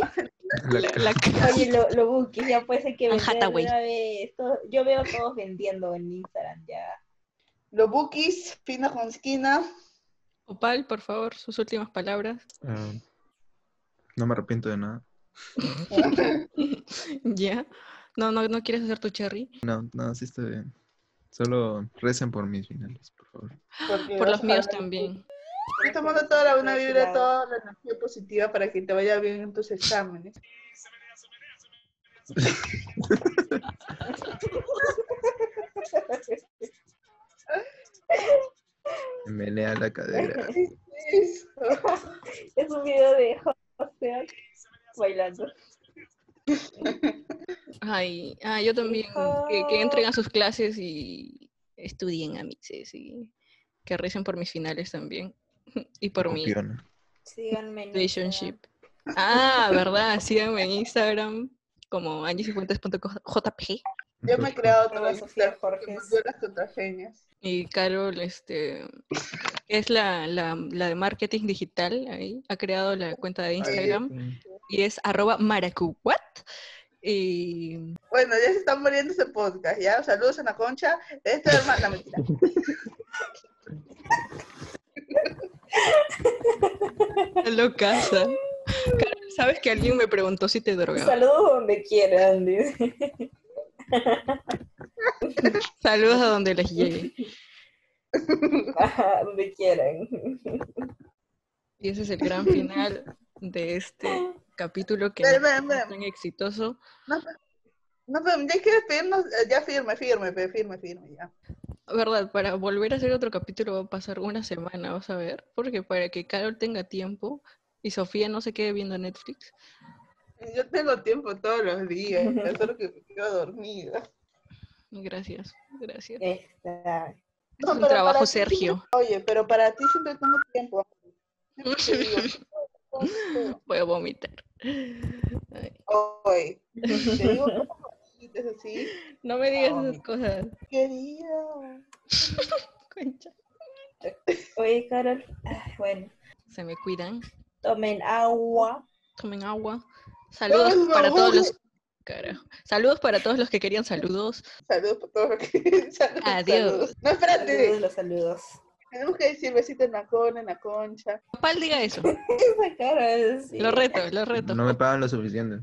D: La-
C: La, la-
B: Oye, lo- los bookies ya pues hay que
C: Anne
B: vender de
C: Hathaway.
B: una vez. Todo- Yo veo a todos vendiendo en Instagram ya.
A: Los bookies, fino con esquina.
C: Opal, por favor, sus últimas palabras.
D: [LAUGHS] Ah, no me arrepiento de nada.
C: Ya. No, no, no quieres hacer tu cherry.
D: No, no, sí estoy bien. Solo recen por mis finales, por favor.
A: porque
C: Por
A: vas
C: los
A: a
C: míos
A: ver-
C: también.
A: Estoy tomando toda la buena vibra, toda la energía positiva para que te vaya bien en tus exámenes.
D: Me Menea la cadera.
A: Eso.
B: [LAUGHS] Es un video de José bailando.
C: Ay, ah, yo también. Que, que entren a sus clases y estudien a y que recen por mis finales también. [LAUGHS] Y por mi
D: Copiona.
B: Síganme. en
C: relationship. Ah, verdad, síganme en Instagram como angie50.jp
A: Yo me he creado
B: Arroba
A: todas
B: Sofía
A: las
B: Jorges.
A: las contraseñas.
C: y Carol, este, es la, la, la de marketing digital, ahí, ha creado la cuenta de Instagram. y es arroba maracuwat. Y
A: Bueno, ya se están muriendo ese podcast, ¿ya? Saludos a la concha. Esta es hermana, mentira.
C: Lo casa. Sabes que alguien me preguntó si te drogaba.
B: Saludos donde quieran, dice. [LAUGHS]
C: Saludos a donde les llegue.
B: Ajá, donde quieran.
C: Y ese es el gran final de este capítulo que
A: Ven,
C: no
A: ven,
C: fue
A: ven.
C: tan exitoso.
A: No, pe- no, pero ya quiero pedirnos, eh, ya firme, firme, pe, firme, firme, ya.
C: ¿Verdad? Para volver a hacer otro capítulo va a pasar una semana, vas a ver. Porque para que Carol tenga tiempo y Sofía no se quede viendo Netflix.
A: Yo tengo tiempo todos los
C: [LAUGHS]
A: días, solo que me quedo dormida.
C: Gracias, gracias.
B: Esta.
C: Es un
A: pero
C: trabajo,
A: para ti
C: Sergio.
A: Oye, pero para ti siempre tengo
C: [LAUGHS]
A: tiempo. Siempre te digo,
C: Voy a vomitar. Ay,
A: Hoy, te digo cosas así,
C: no me digas esas
A: vomita.
C: cosas.
A: querida.
C: concha.
B: Oye, Carol, ay, bueno,
C: Se me cuidan.
B: tomen agua.
C: Tomen agua. Saludos
A: Ay,
C: para
A: mamá.
C: todos los. Carajo. Saludos para todos los que querían saludos.
A: Saludos por todo lo que. [LAUGHS] Saludos,
C: Adiós.
A: saludos. No, espérate.
B: Saludos, los saludos.
A: Tenemos que decir besito en la cona, en la concha.
C: Papal diga eso.
B: Esa cara es.
C: Lo reto, lo reto.
D: No me pagan lo suficiente.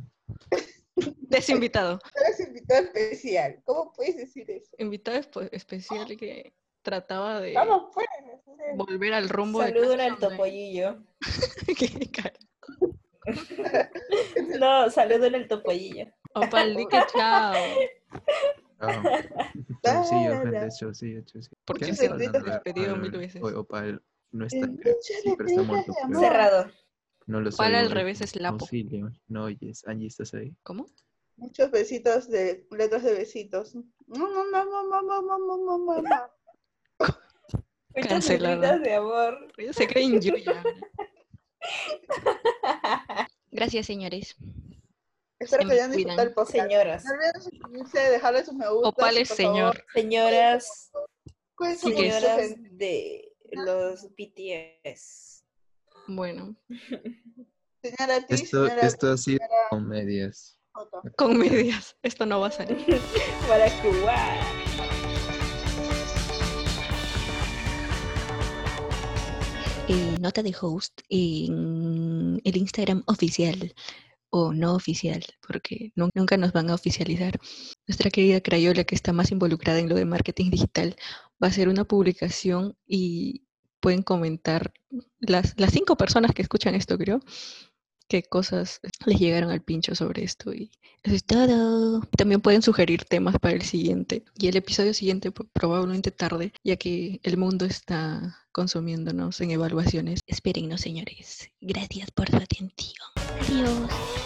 C: Desinvitado.
A: Tú eres invitado especial. ¿Cómo puedes decir eso?
C: Invitado espe- especial que trataba de
A: Vamos, pues. no sé.
C: volver al rumbo de
B: Saludos
C: casa
B: al
C: donde-
B: topollillo.
C: [LAUGHS] Qué cara.
B: No, saludos al topollillo.
C: Papal di que
D: [LAUGHS]
C: chao.
A: [LAUGHS]
D: Ah,
A: Para.
D: Chaucillo, gente, chaucillo, chaucillo.
C: Porque
D: ¿Qué
A: se
D: haces
A: grita
D: hablando
C: despedido
D: al-
C: mil veces.
D: Oye, Opal, no está.
A: Escucha
D: creo. Sí,
A: las
D: pero está
A: brigas
D: muerto,
A: de
D: creo.
A: amor.
B: Cerrado.
D: No lo
C: Opal al
D: oigo.
C: revés es lapo.
D: Auxilio. No oyes. Angie, ¿estás ahí?
C: ¿Cómo?
A: Muchos besitos de letras de besitos. No, no, no, no, no, no, no, no, no, no, no.
B: Muchas
C: Cancelado.
B: letritas de amor.
C: Ella se cree en Yuya. ahora. Gracias, señores.
A: Espero
C: Se
A: que hayan
C: me
A: disfrutado el podcast.
B: Señoras,
A: No olviden suscribirse, dejarle sus me gusta.
C: Opal es señor.
B: señoras,
A: Cuídense
C: Sí, que es.
A: mucho,
B: señoras
A: gente.
B: de los BTS.
C: Bueno,
A: Señora Tish,
D: Esto,
A: señora
D: esto ha sido comedias.
A: Joto.
C: con medias. Esto no va a salir.
B: Para jugar.
F: eh, nota de host en el Instagram oficial o no oficial, porque nu- nunca nos van a oficializar. Nuestra querida Crayola, que está más involucrada en lo de marketing digital, va a hacer una publicación y pueden comentar las, las cinco personas que escuchan esto, creo, qué cosas les llegaron al pincho sobre esto. Y eso es todo. También pueden sugerir temas para el siguiente y el episodio siguiente pro- probablemente tarde, ya que el mundo está consumiéndonos en evaluaciones. Espérennos, señores. Gracias por su atención. Adiós.